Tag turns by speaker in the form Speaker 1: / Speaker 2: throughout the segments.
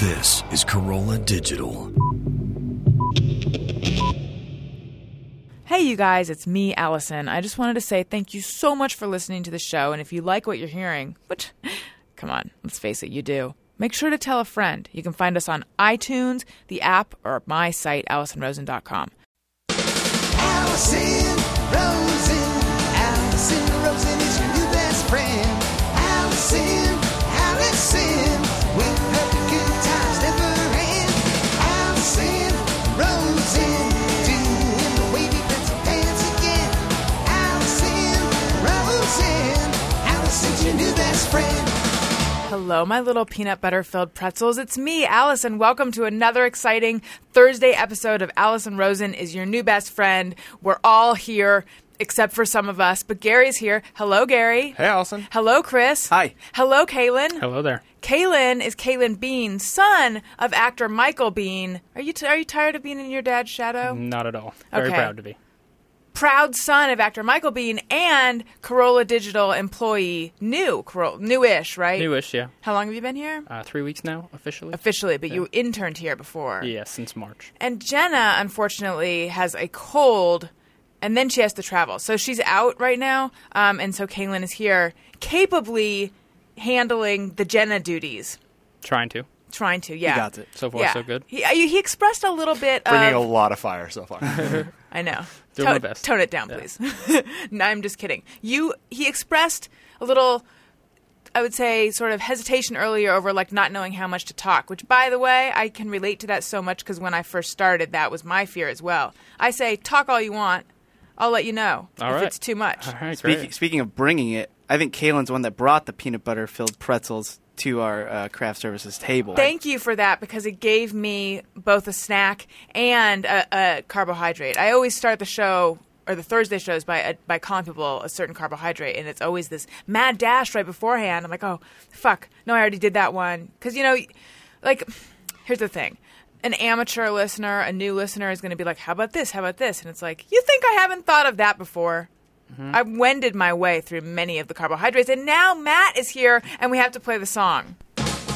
Speaker 1: This is Corolla Digital.
Speaker 2: Hey, you guys, it's me, Allison. I just wanted to say thank you so much for listening to the show. And if you like what you're hearing, which, come on, let's face it, you do, make sure to tell a friend. You can find us on iTunes, the app, or my site, AllisonRosen.com.
Speaker 3: Allison Rosen. Allison Rosen is your new best friend. Allison, Allison, with her good times never end. Allison Rosen, doing the wavy pencil dance again. Allison Rosen, Allison's your new best friend.
Speaker 2: Hello, my little peanut butter filled pretzels. It's me, Allison. Welcome to another exciting Thursday episode of Allison Rosen is your new best friend. We're all here, except for some of us, but Gary's here. Hello, Gary.
Speaker 4: Hey, Allison.
Speaker 2: Hello, Chris.
Speaker 4: Hi.
Speaker 2: Hello, Kaylin.
Speaker 5: Hello there.
Speaker 2: Kalen is Kalen Bean, son of actor Michael Bean. Are you t- are you tired of being in your dad's shadow?
Speaker 5: Not at all. Very
Speaker 2: Okay.
Speaker 5: proud to be.
Speaker 2: Proud son of actor Michael Bean and Corolla Digital employee, new Corolla, newish, right?
Speaker 5: Newish, yeah.
Speaker 2: How long have you been here?
Speaker 5: Uh, three weeks now, officially.
Speaker 2: Officially, but you interned here before.
Speaker 5: yeah, since March.
Speaker 2: And Jenna, unfortunately, has a cold, and then she has to travel. So she's out right now, um, and so Kaylin is here, capably handling the Jenna duties.
Speaker 5: Trying to.
Speaker 2: Trying to, yeah.
Speaker 4: got it.
Speaker 5: So far, so good.
Speaker 2: He, uh, he expressed a little bit
Speaker 4: Bringing a
Speaker 2: of.
Speaker 4: lot of fire so far.
Speaker 2: I know. tone,
Speaker 5: Doing my best.
Speaker 2: Tone it down,
Speaker 5: Yeah.
Speaker 2: please. no, I'm just kidding. You. He expressed a little. I would say sort of hesitation earlier over like not knowing how much to talk, which by the way, I can relate to that so much because when I first started, that was my fear as well. I say, talk all you want. I'll let you know
Speaker 5: All
Speaker 2: if
Speaker 5: right.
Speaker 2: it's too much.
Speaker 5: All right,
Speaker 6: Speaking,
Speaker 5: great.
Speaker 6: speaking of bringing it, I think Kaylin's one that brought the peanut butter filled pretzels to our uh, craft services table.
Speaker 2: Thank you for that because it gave me both a snack and a, a carbohydrate. I always start the show or the Thursday shows by uh, by calling people a certain carbohydrate, and it's always this mad dash right beforehand. I'm like, oh fuck, no, I already did that one because you know, like, here's the thing. An amateur listener, a new listener is going to be like, "How about this? How about this?" And it's like, "You think I haven't thought of that before?" I've wended my way through many of the carbohydrates, and now Matt is here, and we have to play the song.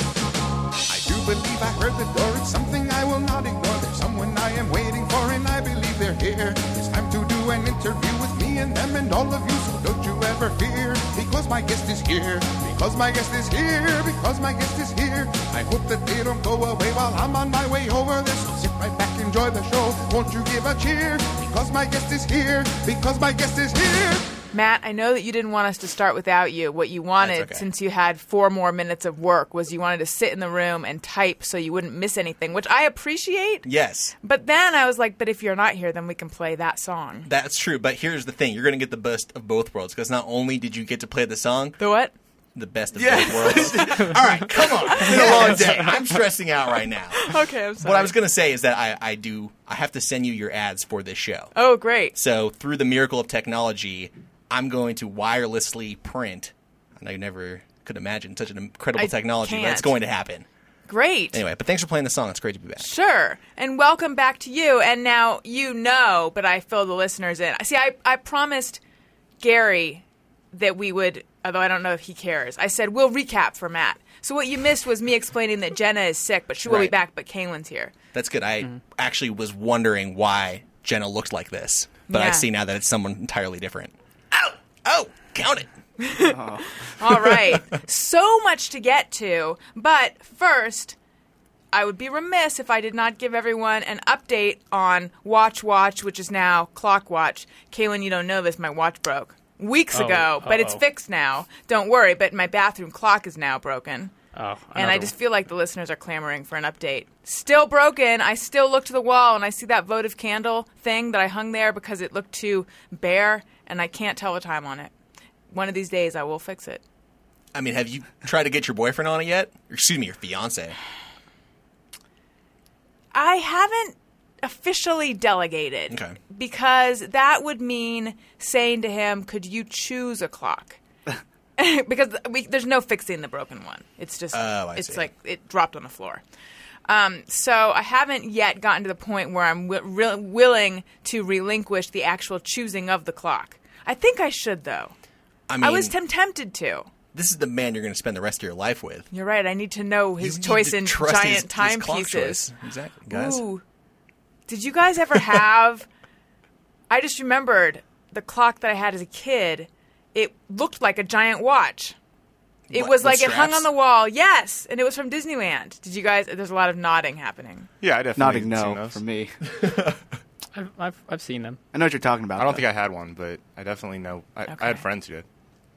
Speaker 7: I do believe I heard the door. It's something I will not ignore. There's someone I am waiting for, and I believe they're here. It's time to do an interview with me and them and all of you, so don't you ever fear. Because my guest is here. Because my guest is here. Because my guest is here. I hope that they don't go away while I'm on my way over there. So sit right back, enjoy the show. Won't you give a cheer? Because my guest is here. Because my guest is here.
Speaker 2: Matt, I know that you didn't want us to start without you. What you wanted,
Speaker 4: okay.
Speaker 2: since you had four more minutes of work, was you wanted to sit in the room and type so you wouldn't miss anything, which I appreciate.
Speaker 4: yes,
Speaker 2: But then I was like, but if you're not here, then we can play that song.
Speaker 8: That's true, but here's the thing: you're going to get the best of both worlds because not only did you get to play the song,
Speaker 2: The what?
Speaker 8: the best of both worlds. All right, come on, it's been a long day. I'm stressing out right now.
Speaker 2: Okay, I'm sorry.
Speaker 8: What I was going to say is that I, I do I have to send you your ads for this show.
Speaker 2: oh, great.
Speaker 8: So through the miracle of technology, I'm going to wirelessly print. I know you never could imagine such an incredible
Speaker 2: I
Speaker 8: technology, but
Speaker 2: can't.
Speaker 8: it's going to happen
Speaker 2: Great.
Speaker 8: anyway. But thanks for playing the song. It's great to be back.
Speaker 2: Sure. And welcome back to you. And now you know, but I fill the listeners in. See, I, I promised Gary that we would, although I don't know if he cares, I said, we'll recap for Matt. So what you missed was me explaining that Jenna is sick, but she will be
Speaker 8: Right.
Speaker 2: back, but Kaylin's here.
Speaker 8: That's good. I
Speaker 2: Mm-hmm.
Speaker 8: actually was wondering why Jenna looked like this, but
Speaker 2: Yeah.
Speaker 8: I see now that it's someone entirely different. Ow! Oh, count it.
Speaker 2: All right. so much to get to, but first, I would be remiss if I did not give everyone an update on Watch Watch, which is now Clock Watch. Kaylin, you don't know this, my watch broke weeks
Speaker 5: Oh,
Speaker 2: ago, but it's
Speaker 5: uh-oh.
Speaker 2: fixed now. Don't worry, but my bathroom clock is now broken.
Speaker 5: Oh,
Speaker 2: And I
Speaker 5: another
Speaker 2: just
Speaker 5: one.
Speaker 2: feel like the listeners are clamoring for an update. Still broken. I still look to the wall and I see that votive candle thing that I hung there because it looked too bare and I can't tell the time on it. One of these days I will fix it.
Speaker 8: I mean, have you tried to get your boyfriend on it yet? Or, Excuse me, your fiance.
Speaker 2: I haven't officially delegated
Speaker 8: Okay.
Speaker 2: because that would mean saying to him, "Could you choose a clock?" because we, there's no fixing the broken one. It's just
Speaker 8: Oh, I
Speaker 2: it's
Speaker 8: see.
Speaker 2: like it dropped on the floor. Um, so I haven't yet gotten to the point where I'm wi- re- willing to relinquish the actual choosing of the clock. I think I should though.
Speaker 8: I mean,
Speaker 2: I was tem- tempted to.
Speaker 8: This is the man you're going to spend the rest of your life with.
Speaker 2: You're right. I need to know his
Speaker 8: You need
Speaker 2: choice
Speaker 8: to
Speaker 2: in
Speaker 8: trust his-
Speaker 2: giant
Speaker 8: his clock
Speaker 2: timepieces.
Speaker 8: choice. Exactly, guys.
Speaker 2: Ooh. Did you guys ever have? I just remembered the clock that I had as a kid. It looked like a giant watch. It
Speaker 8: What,
Speaker 2: was
Speaker 8: with
Speaker 2: like it hung
Speaker 8: straps?
Speaker 2: on the wall. Yes, and it was from Disneyland. Did you guys? There's a lot of nodding happening.
Speaker 4: Yeah, I definitely
Speaker 6: Nodding
Speaker 4: seen
Speaker 6: no
Speaker 4: those.
Speaker 6: for me.
Speaker 5: I've, I've, I've seen them.
Speaker 6: I know what you're talking about.
Speaker 4: I don't think I had one, but I definitely know. I, I had
Speaker 2: Okay.
Speaker 4: friends who did.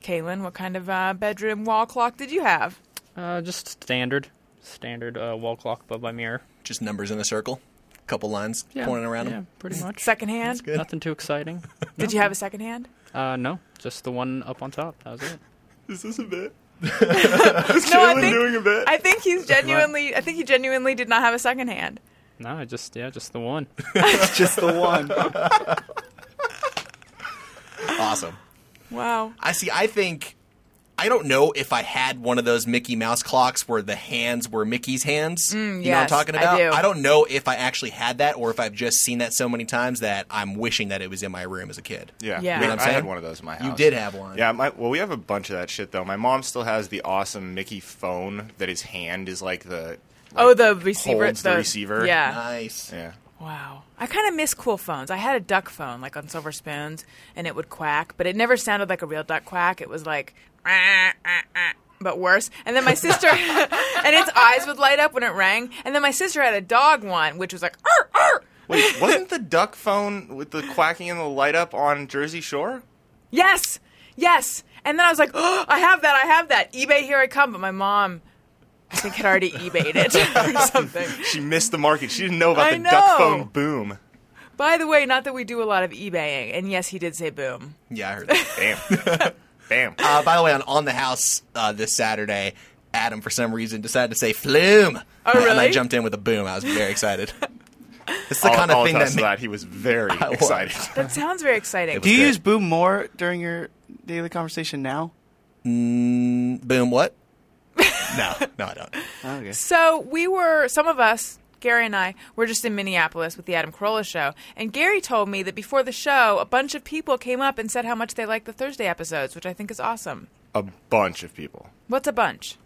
Speaker 2: Kaylin, what kind of uh, bedroom wall clock did you have?
Speaker 5: Uh, just standard, standard uh, wall clock above my mirror.
Speaker 8: Just numbers in a circle, couple lines
Speaker 5: Yeah,
Speaker 8: pointing around
Speaker 5: Yeah,
Speaker 8: them.
Speaker 5: pretty much.
Speaker 2: Secondhand?
Speaker 8: good.
Speaker 5: Nothing too exciting.
Speaker 2: Did you have a secondhand?
Speaker 5: Uh, no, just the one up on top. That was it.
Speaker 8: Is this a bit?
Speaker 2: no, I think,
Speaker 8: a bit.
Speaker 2: I think he's genuinely. I think he genuinely did not have a secondhand.
Speaker 5: No, I just yeah, just the one.
Speaker 6: it's just the one.
Speaker 8: Awesome.
Speaker 2: Wow.
Speaker 8: I see. I think I don't know if I had one of those Mickey Mouse clocks where the hands were Mickey's hands. you know what I'm
Speaker 2: Mm, yes,
Speaker 8: talking
Speaker 2: I
Speaker 8: about?
Speaker 2: do.
Speaker 8: don't know if I actually had that or if I've just seen that so many times that I'm wishing that it was in my room as a kid.
Speaker 2: Yeah.
Speaker 4: Yeah, We-
Speaker 2: You know what I'm
Speaker 4: I had
Speaker 8: saying?
Speaker 4: one of those in my house.
Speaker 8: You did have one.
Speaker 4: Yeah, my, well, we have a bunch of that shit though. My mom still has the awesome Mickey phone that his hand is like the.
Speaker 2: Oh, the receiver.
Speaker 4: holds the receiver.
Speaker 2: Yeah.
Speaker 8: Nice.
Speaker 4: Yeah.
Speaker 2: Wow. I kind of miss cool phones. I had a duck phone, like on Silver Spoons, and it would quack, but it never sounded like a real duck quack. It was like, "Ah, ah, ah," but worse. And then my sister, and its eyes would light up when it rang. And then my sister had a dog one, which was like, "Arr, arr."
Speaker 4: Wait, wasn't the duck phone with the quacking and the light up on Jersey Shore?
Speaker 2: yes, yes. And then I was like, oh, I have that, I have that. eBay, here I come. But my mom, I think, had already eBayed it or something.
Speaker 4: She missed the market. She didn't know about
Speaker 2: I
Speaker 4: the duck
Speaker 2: know.
Speaker 4: phone boom.
Speaker 2: By the way, not that we do a lot of eBaying. And yes, he did say boom.
Speaker 8: Yeah, I heard that.
Speaker 4: Bam. Bam.
Speaker 8: Uh, by the way, on On the House uh, this Saturday, Adam, for some reason, decided to say flume.
Speaker 2: Oh,
Speaker 8: And I- And I
Speaker 2: really?
Speaker 8: jumped in with a boom. I was very excited. It's the
Speaker 4: all
Speaker 8: kind of
Speaker 4: all
Speaker 8: thing
Speaker 4: attest
Speaker 8: that,
Speaker 4: to that he was very
Speaker 8: was.
Speaker 4: excited.
Speaker 2: That sounds very exciting.
Speaker 8: was
Speaker 6: Do you
Speaker 8: great.
Speaker 6: use boom more during your daily conversation now?
Speaker 8: ma- boom what? no, no, I don't.
Speaker 6: Okay.
Speaker 2: So we were, some of us, Gary and I, were just in Minneapolis with the Adam Carolla show. And Gary told me that before the show, a bunch of people came up and said how much they liked the Thursday episodes, which I think is awesome.
Speaker 4: a bunch of people.
Speaker 2: What's a bunch?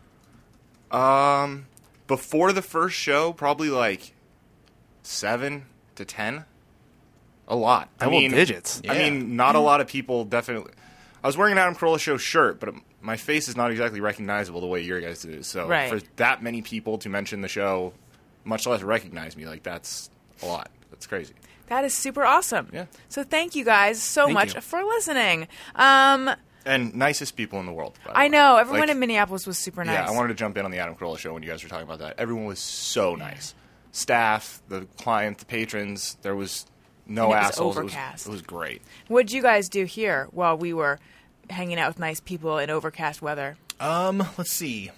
Speaker 4: Before the first show, probably like seven to ten. A lot. I
Speaker 6: Double
Speaker 4: mean,
Speaker 6: digits.
Speaker 4: I
Speaker 8: Yeah.
Speaker 4: mean, not a lot of people definitely. I was wearing an Adam Carolla show shirt, but my face is not exactly recognizable the way your guys do. So
Speaker 2: Right.
Speaker 4: for that many people to mention the show, much less recognize me, like that's a lot. That's crazy.
Speaker 2: That is super awesome.
Speaker 4: Yeah.
Speaker 2: So thank you guys so
Speaker 6: Thank
Speaker 2: much
Speaker 6: you.
Speaker 2: for listening. Um,
Speaker 4: And nicest people in the world. By the
Speaker 2: I
Speaker 4: way.
Speaker 2: know everyone
Speaker 4: Like,
Speaker 2: in Minneapolis was super nice.
Speaker 4: Yeah, I wanted to jump in on the Adam Carolla show when you guys were talking about that. Everyone was so nice. Staff, the client, the patrons. There was no
Speaker 2: And it was
Speaker 4: assholes.
Speaker 2: overcast.
Speaker 4: It was, it was great.
Speaker 2: What'd you guys do here while we were hanging out with nice people in overcast weather?
Speaker 8: Um, let's see.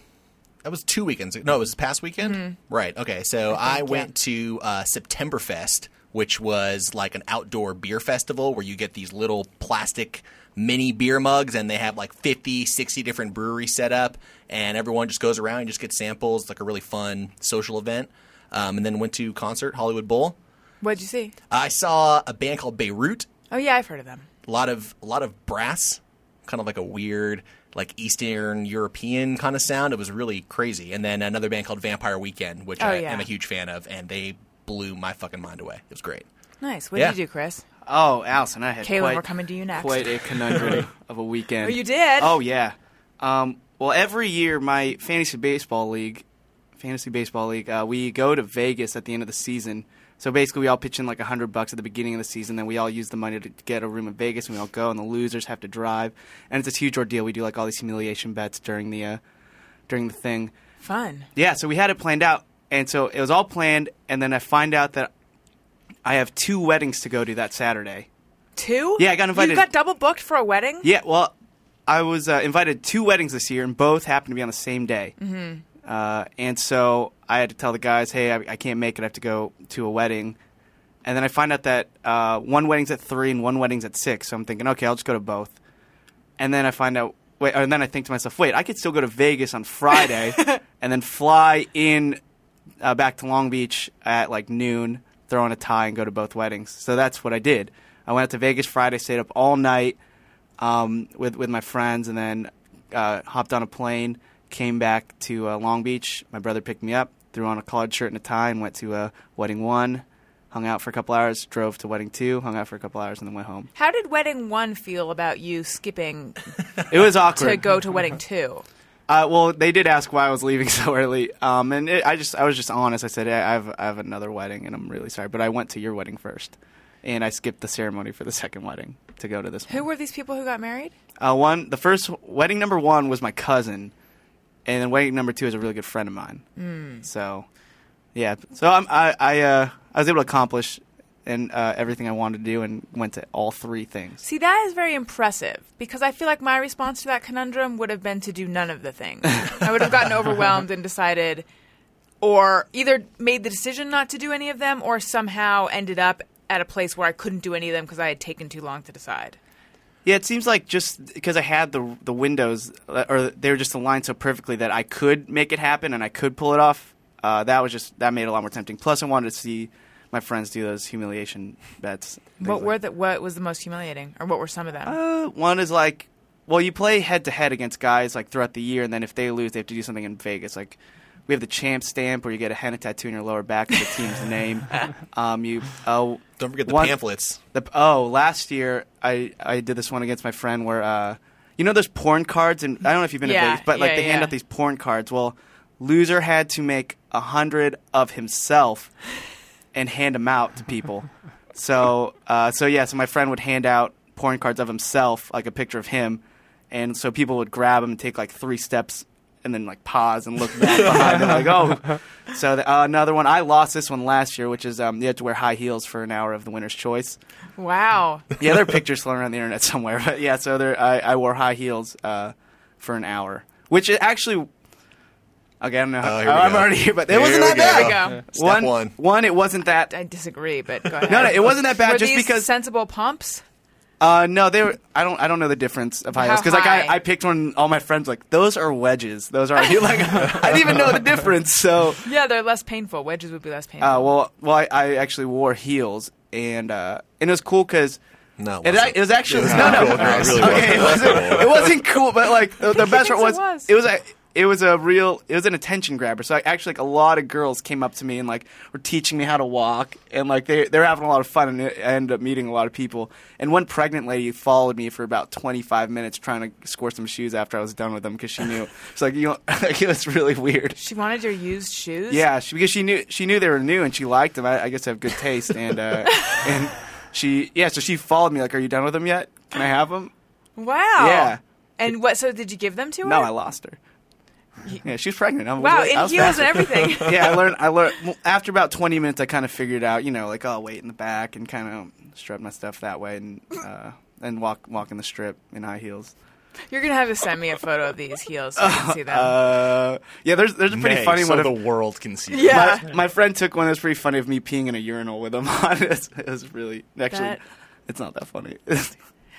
Speaker 8: That was two weekends. No, it was this past weekend. Right. Okay. So I, went to uh, Septemberfest, which was like an outdoor beer festival where you get these little plastic mini beer mugs and they have like 50, 60 different breweries set up and everyone just goes around and just gets samples. It's like a really fun social event. Um, and then went to concert, Hollywood Bowl.
Speaker 2: What'd you see?
Speaker 8: I saw a band called Beirut
Speaker 2: Oh yeah, I've heard of them.
Speaker 8: a lot of a lot of brass, kind of like a weird like Eastern European kind of sound. It was really crazy. And then another band called Vampire Weekend, which
Speaker 2: Oh,
Speaker 8: I
Speaker 2: yeah.
Speaker 8: am a huge fan of, and they blew my fucking mind away. It was great.
Speaker 2: Nice. What'd
Speaker 8: Yeah.
Speaker 2: you do, Chris?
Speaker 6: Oh, Allison, I had
Speaker 2: Kaylin,
Speaker 6: quite,
Speaker 2: we're coming to you next.
Speaker 6: Quite a conundrum of a weekend.
Speaker 2: Oh, you did?
Speaker 6: Oh yeah. Um, well, every year my fantasy baseball league, fantasy baseball league, uh, we go to Vegas at the end of the season. So basically, we all pitch in like hundred bucks at the beginning of the season. Then we all use the money to get a room in Vegas, and we all go. And the losers have to drive, and it's this huge ordeal. We do like all these humiliation bets during the uh, during the thing.
Speaker 2: Fun.
Speaker 6: Yeah, so we had it planned out, and so it was all planned. And then I find out that I have two weddings to go to that Saturday.
Speaker 2: Two?
Speaker 6: Yeah, I got invited.
Speaker 2: You got double booked for a wedding?
Speaker 6: Yeah, well, I was uh, invited to two weddings this year, and both happened to be on the same day. Mm-hmm. Uh, and so I had to tell the guys, "Hey, I, I can't make it. I have to go to a wedding." And then I find out that uh, one wedding's at three and one wedding's at six. So I'm thinking, okay, I'll just go to both. And then I find out, wait, and then I think to myself, wait, I could still go to Vegas on Friday, and then fly in uh, back to Long Beach at like noon, throw on a tie, and go to both weddings. So that's what I did. I went out to Vegas Friday, stayed up all night um, with with my friends, and then uh, hopped on a plane, came back to uh, Long Beach. My brother picked me up, threw on a collared shirt and a tie, and went to uh, wedding one. Hung out for a couple hours, drove to wedding two, hung out for a couple hours, and then went home.
Speaker 2: How did wedding one feel about you skipping
Speaker 6: It was awkward
Speaker 2: to go to wedding two?
Speaker 6: Uh, well, they did ask why I was leaving so early, um, and it, I just I was just honest. I said I I have I have another wedding, and I'm really sorry, but I went to your wedding first, and I skipped the ceremony for the second wedding to go to this
Speaker 2: Who
Speaker 6: one.
Speaker 2: were these people who got married?
Speaker 6: Uh, one the first wedding number one was my cousin, and then wedding number two is a really good friend of mine.
Speaker 2: Hmm.
Speaker 6: Mm. So, yeah, so I'm, I I uh, I was able to accomplish and uh, everything I wanted to do, and went to all three things.
Speaker 2: See, that is very impressive because I feel like my response to that conundrum would have been to do none of the things. I would have gotten overwhelmed and decided, or either made the decision not to do any of them, or somehow ended up at a place where I couldn't do any of them because I had taken too long to decide.
Speaker 6: Yeah, it seems like just because I had the the windows, uh, or they were just aligned so perfectly that I could make it happen and I could pull it off. Uh, that was just that made it a lot more tempting. Plus, I wanted to see my friends do those humiliation bets. things
Speaker 2: What
Speaker 6: like
Speaker 2: were the, what was the most humiliating, or what were some of them?
Speaker 6: uh, one is like, well, you play head to head against guys like throughout the year, and then if they lose, they have to do something in Vegas. Like, we have the champ stamp where you get a henna tattoo in your lower back of the team's name. Um, you oh,
Speaker 8: Don't forget the
Speaker 6: one-
Speaker 8: pamphlets.
Speaker 6: The, oh, last year I I did this one against my friend where uh, you know those porn cards, and I don't know if you've been
Speaker 2: Yeah,
Speaker 6: in Vegas, but like
Speaker 2: yeah,
Speaker 6: they hand
Speaker 2: yeah.
Speaker 6: out these porn cards. Well, loser had to make a hundred of himself and hand them out to people. So, uh, so yeah, so my friend would hand out porn cards of himself, like a picture of him, and so people would grab him and take like three steps and then like pause and look back behind them, like oh. So the, uh, another one, I lost this one last year, which is um, you had to wear high heels for an hour of the winner's choice.
Speaker 2: wow,
Speaker 6: Yeah, there are pictures floating around the internet somewhere, but yeah, so there I, I wore high heels uh, for an hour, which it actually. Okay, I don't know. How,
Speaker 8: Oh, here we
Speaker 6: I'm
Speaker 8: go.
Speaker 6: already here, but it
Speaker 8: Here
Speaker 6: wasn't
Speaker 8: we
Speaker 6: that
Speaker 8: go.
Speaker 6: bad.
Speaker 2: there we go.
Speaker 8: Step
Speaker 6: one,
Speaker 8: one.
Speaker 6: one, it wasn't that
Speaker 2: I disagree, but go ahead.
Speaker 6: no, no, it wasn't that bad.
Speaker 2: Were
Speaker 6: just
Speaker 2: these
Speaker 6: because,
Speaker 2: sensible pumps.
Speaker 6: uh, no, they were. I don't, I don't know the difference of high
Speaker 2: How
Speaker 6: heels because like
Speaker 2: high?
Speaker 6: I, I picked one. All my friends were like those are wedges. Those are like I didn't even know the difference. So,
Speaker 2: Yeah, they're less painful. Wedges would be less painful.
Speaker 6: uh, well, well, I, I actually wore heels, and uh, and it was cool because.
Speaker 8: No, it
Speaker 6: It,
Speaker 8: wasn't.
Speaker 6: it was actually no, no,
Speaker 8: No, it really
Speaker 6: okay, it wasn't, it wasn't cool, but like the, the best part
Speaker 2: thinks
Speaker 6: was,
Speaker 2: it was?
Speaker 6: it was a it was a real it was an attention grabber. So I, actually, like a lot of girls came up to me and like were teaching me how to walk, and like they they're having a lot of fun, and I ended up meeting a lot of people. And one pregnant lady followed me for about twenty five minutes trying to score some shoes after I was done with them because she knew it's like you know, like, it was really weird.
Speaker 2: she wanted your used shoes.
Speaker 6: Yeah, she, because she knew she knew they were new and she liked them. I, I guess I have good taste and uh, and she yeah. So she followed me like, "Are you done with them yet? Can I have them?"
Speaker 2: Wow.
Speaker 6: Yeah.
Speaker 2: And what? So did you give them to her?
Speaker 6: No, I lost her. Yeah, she was pregnant. I was,
Speaker 2: Wow,
Speaker 6: I
Speaker 2: in
Speaker 6: was
Speaker 2: heels and
Speaker 6: fast.
Speaker 2: everything.
Speaker 6: yeah, I learned. I learned well, after about twenty minutes. I kind of figured out, you know, like oh, wait in the back and kind of strut my stuff that way and uh, and walk walk in the strip in high heels.
Speaker 2: You're gonna have to send me a photo of these heels so I can see them.
Speaker 6: Uh, yeah, there's there's a pretty
Speaker 4: Nay,
Speaker 6: funny
Speaker 4: so
Speaker 6: one. of-
Speaker 4: the world can see.
Speaker 2: Yeah.
Speaker 6: my, my friend took one that was pretty funny of me peeing in a urinal with him on it. It was really actually,
Speaker 2: That-
Speaker 6: it's not that funny.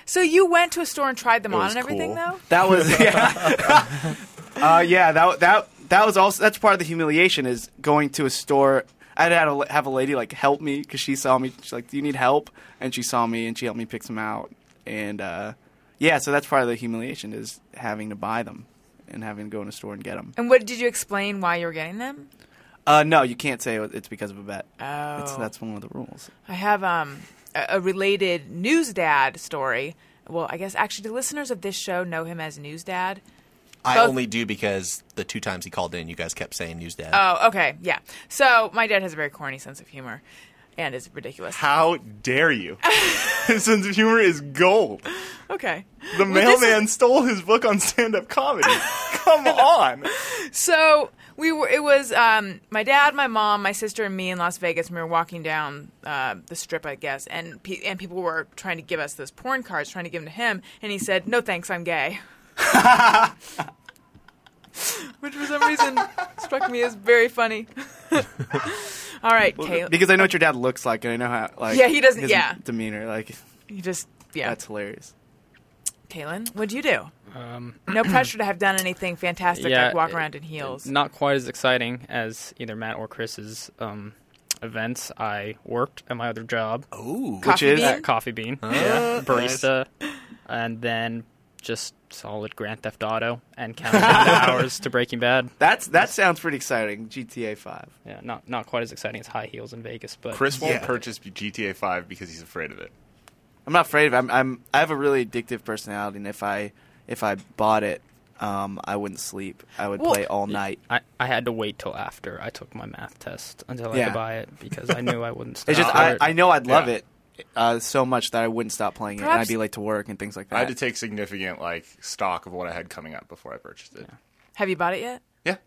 Speaker 2: so you went to a store and tried them
Speaker 4: It
Speaker 2: on
Speaker 4: was
Speaker 2: and everything,
Speaker 4: cool.
Speaker 2: though.
Speaker 6: that was yeah, uh, yeah. That that that was also that's part of the humiliation is going to a store. I had to have a lady like help me because she saw me. She's like, "Do you need help?" And she saw me and she helped me pick some out. And uh, yeah, so that's part of the humiliation is having to buy them and having to go in a store and get them.
Speaker 2: And what did you explain why you were getting them?
Speaker 6: Uh, no, you can't say it's because of a bet.
Speaker 2: Oh.
Speaker 6: It's, that's one of the rules.
Speaker 2: I have um, a, a related news dad story. Well, I guess actually the listeners of this show know him as News Dad.
Speaker 8: I
Speaker 2: both-
Speaker 8: only do because the two times he called in, you guys kept saying "news dad."
Speaker 2: Oh, okay, yeah. So my dad has a very corny sense of humor, and is ridiculous.
Speaker 4: How dare you? his sense of humor is gold.
Speaker 2: Okay.
Speaker 4: The
Speaker 2: Well, this
Speaker 4: mailman stole his book on stand-up comedy. Come on.
Speaker 2: So we were. It was um, my dad, my mom, my sister, and me in Las Vegas. And we were walking down uh, the strip, I guess, and pe- and people were trying to give us those porn cards, trying to give them to him, and he said, "No thanks, I'm gay." Which for some reason struck me as very funny. All right, Caleb.
Speaker 6: Because I know what your dad looks like, and I know how. Like,
Speaker 2: Yeah, he doesn't-
Speaker 6: His
Speaker 2: yeah.
Speaker 6: demeanor, like
Speaker 2: You just yeah.
Speaker 6: that's hilarious.
Speaker 2: Kaylin, what'd you do? no pressure to have done anything fantastic like
Speaker 6: uh,
Speaker 2: walk around in heels.
Speaker 5: Not quite as exciting as either Matt or Chris's um, events. I worked at my other job
Speaker 8: Ooh,
Speaker 2: Coffee
Speaker 6: is-
Speaker 2: bean?
Speaker 5: at Coffee Bean, yeah, barista, and then just solid Grand Theft Auto and counting down the hours to Breaking Bad.
Speaker 6: That's that sounds pretty exciting. GTA Five.
Speaker 5: Yeah, not not quite as exciting as High Heels in Vegas, but
Speaker 4: Chris won't
Speaker 6: Yeah.
Speaker 4: purchase GTA 5 because he's afraid of it.
Speaker 6: I'm not afraid of. It. I'm, I'm. I have a really addictive personality, and if I if I bought it, um, I wouldn't sleep. I would
Speaker 2: Well-
Speaker 6: play all night.
Speaker 5: I, I had to wait till after I took my math test until I
Speaker 6: Yeah.
Speaker 5: could buy it because I knew I wouldn't stop.
Speaker 6: It's just I,
Speaker 5: for it.
Speaker 6: I know I'd love
Speaker 4: Yeah.
Speaker 6: it uh, so much that I wouldn't stop playing it, and I'd
Speaker 2: Perhaps-
Speaker 6: be late to work and things like that.
Speaker 4: I had to take significant like stock of what I had coming up before I purchased it.
Speaker 2: Have you bought it yet?
Speaker 4: Yeah.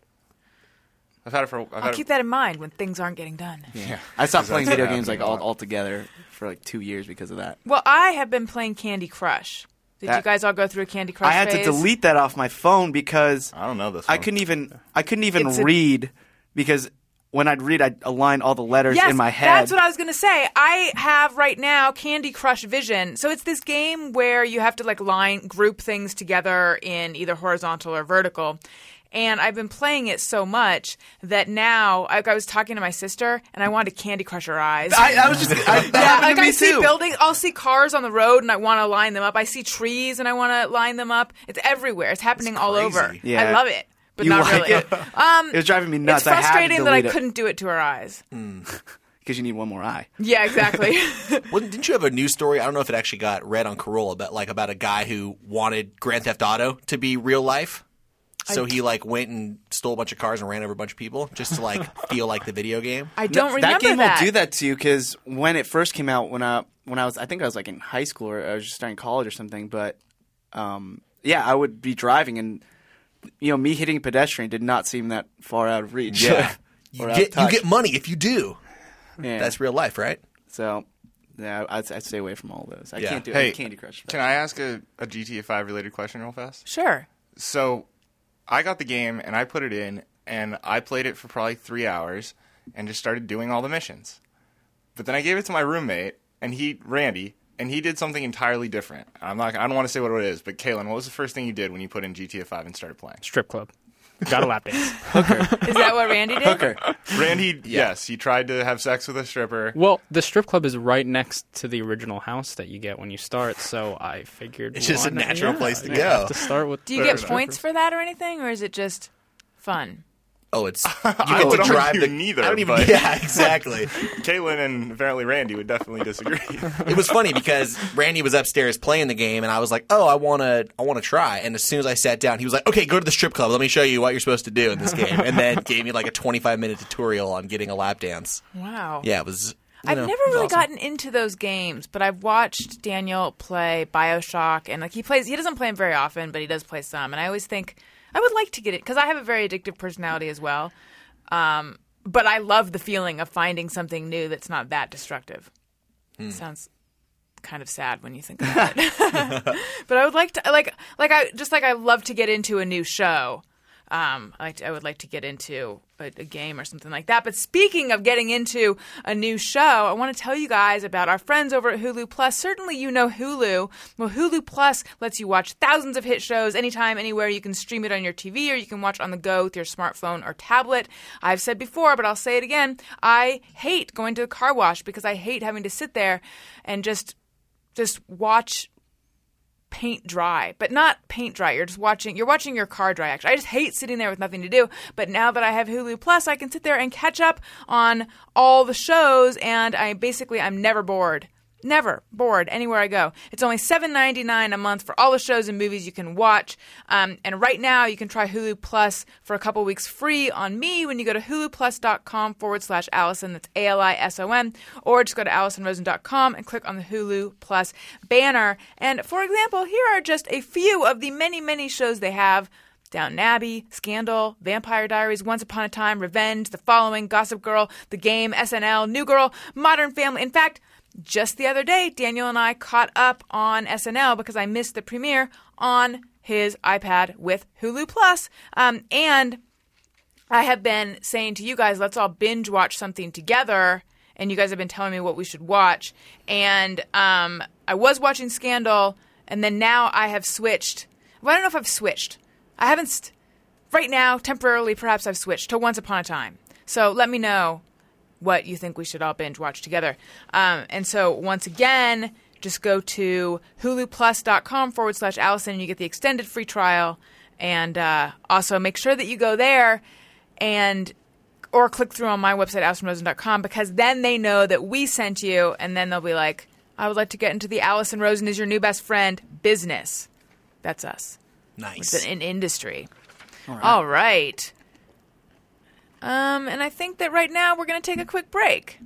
Speaker 4: I've had it for. I've
Speaker 2: I'll
Speaker 4: had
Speaker 2: keep
Speaker 4: it,
Speaker 2: that in mind when things aren't getting done.
Speaker 4: Yeah.
Speaker 6: I stopped playing
Speaker 4: Exactly.
Speaker 6: video games like all
Speaker 4: Yeah.
Speaker 6: altogether for like two years because of that.
Speaker 2: Well, I have been playing Candy Crush. Did you
Speaker 6: That-
Speaker 2: guys all go through a Candy Crush?
Speaker 6: I had to
Speaker 2: phase?
Speaker 6: delete that off my phone because
Speaker 4: I don't know this.
Speaker 6: I
Speaker 4: one.
Speaker 6: couldn't even I couldn't even
Speaker 2: It's a-
Speaker 6: read because when I'd read I'd align all the letters
Speaker 2: Yes,
Speaker 6: in my head.
Speaker 2: that's what I was gonna say. I have right now Candy Crush Vision. So it's this game where you have to like line group things together in either horizontal or vertical. And I've been playing it so much that now, like I was talking to my sister, and I wanted to Candy Crush her eyes.
Speaker 6: I, I was just I, that
Speaker 2: yeah,
Speaker 6: happened to
Speaker 2: like
Speaker 6: me
Speaker 2: I see
Speaker 6: too.
Speaker 2: buildings, I'll see cars on the road, and I want to line them up. I see trees, and I want to line them up. It's everywhere. It's happening all
Speaker 8: crazy.
Speaker 2: over. I
Speaker 6: Yeah.
Speaker 2: love it, but
Speaker 6: You
Speaker 2: not
Speaker 6: like
Speaker 2: really.
Speaker 6: it?
Speaker 2: Um,
Speaker 6: It was driving me
Speaker 2: it's
Speaker 6: nuts.
Speaker 2: frustrating that I
Speaker 6: I had to
Speaker 2: couldn't do it to her eyes.
Speaker 6: because you need one more eye.
Speaker 2: Yeah, exactly.
Speaker 8: Well, didn't you have a news story? I don't know if it actually got read on Corolla, but like about a guy who wanted Grand Theft Auto to be real life. So he like went and stole a bunch of cars and ran over a bunch of people just to like feel like the video game.
Speaker 2: I don't remember
Speaker 6: that game will do that to you because when it first came out, when I when I was I think I was like in high school or I was just starting college or something, but um, yeah, I would be driving and you know me hitting a pedestrian did not seem that far out of reach.
Speaker 8: Yeah.
Speaker 6: Or out
Speaker 8: you
Speaker 6: of
Speaker 8: get you
Speaker 6: touch.
Speaker 8: get money if you do.
Speaker 6: Yeah.
Speaker 8: That's real life, right?
Speaker 6: so. Yeah, I'd, I'd stay away from all those. I
Speaker 8: Yeah.
Speaker 6: can't do
Speaker 4: Hey,
Speaker 6: Candy Crush.
Speaker 4: Can I ask a, a GTA 5 related question real fast?
Speaker 2: Sure.
Speaker 4: So, I got the game and I put it in and I played it for probably three hours and just started doing all the missions. But then I gave it to my roommate and he, Randy, and he did something entirely different. I'm not. I don't want to say what it is, but Kalen, what was the first thing you did when you put in GTA 5 and started playing?
Speaker 5: strip club. Got a lap dance.
Speaker 2: Is that what Randy did?
Speaker 6: Hooker.
Speaker 4: Randy, yes, he tried to have sex with a stripper.
Speaker 5: Well, the strip club is right next to the original house that you get when you start, so I figured
Speaker 8: It's just a
Speaker 5: one-
Speaker 8: natural
Speaker 5: yeah,
Speaker 8: place to
Speaker 5: you
Speaker 8: go.
Speaker 5: have to start with.
Speaker 2: Do you get points for that or anything, or is it just fun?
Speaker 8: Oh, it's you
Speaker 4: I
Speaker 8: get
Speaker 4: don't
Speaker 8: to
Speaker 4: know
Speaker 8: drive
Speaker 4: you
Speaker 8: the
Speaker 4: neither,
Speaker 8: I don't even.
Speaker 4: but-
Speaker 8: Yeah, exactly.
Speaker 4: Kalen and apparently Randy would definitely disagree.
Speaker 8: it was funny because Randy was upstairs playing the game, and I was like, "Oh, I wanna, I wanna try." And as soon as I sat down, he was like, "Okay, go to the strip club. Let me show you what you're supposed to do in this game." And then gave me like a 25 minute tutorial on getting a lap dance.
Speaker 2: Wow.
Speaker 8: Yeah, it was. you
Speaker 2: I've
Speaker 8: know,
Speaker 2: never
Speaker 8: it was
Speaker 2: really
Speaker 8: awesome.
Speaker 2: gotten into those games, but I've watched Daniel play Bioshock, and like he plays, he doesn't play them very often, but he does play some, and I always think I would like to get it because I have a very addictive personality as well. Um, but I love the feeling of finding something new that's not that destructive.
Speaker 8: Hmm.
Speaker 2: Sounds kind of sad when you think about it. but I would like to like like I just like I love to get into a new show. Um, I, like to- I would like to get into a, a game or something like that. But speaking of getting into a new show, I want to tell you guys about our friends over at Hulu Plus. Certainly, you know Hulu. Well, Hulu Plus lets you watch thousands of hit shows anytime, anywhere. You can stream it on your TV or you can watch on the go with your smartphone or tablet. I've said before, but I'll say it again. I hate going to the car wash because I hate having to sit there and just just watch paint dry, but not paint dry. You're just watching. You're watching your car dry. Actually, I just hate sitting there with nothing to do. But now that I have Hulu Plus, I can sit there and catch up on all the shows, and I basically I'm never bored. Never bored anywhere I go. It's only $7.99 a month for all the shows and movies you can watch. Um, and right now, you can try Hulu Plus for a couple weeks free on me when you go to huluplus.com forward slash Allison. That's A L I S O N. Or just go to AllisonRosen.com and click on the Hulu Plus banner. And for example, here are just a few of the many, many shows they have. Downton Abbey, Scandal, Vampire Diaries, Once Upon a Time, Revenge, The Following, Gossip Girl, The Game, SNL, New Girl, Modern Family. In fact, just the other day, Daniel and I caught up on SNL because I missed the premiere on his iPad with Hulu Plus. Um, and I have been saying to you guys, let's all binge watch something together. And you guys have been telling me what we should watch. And um, I was watching Scandal, and then now I have switched. Well, I don't know if I've switched. I haven't. St- right now, temporarily, perhaps I've switched to Once Upon a Time. So let me know what you think we should all binge watch together. Um, and so, once again, just go to huluplus.com forward slash Allison and you get the extended free trial. And uh, also make sure that you go there and or click through on my website, AllisonRosen.com, because then they know that we sent you and then they'll be like, I would like to get into the Allison Rosen is your new best friend business. That's us.
Speaker 8: Nice.
Speaker 2: It's an, an industry. All right. All right. Um, and I think that right now we're going to take a quick break.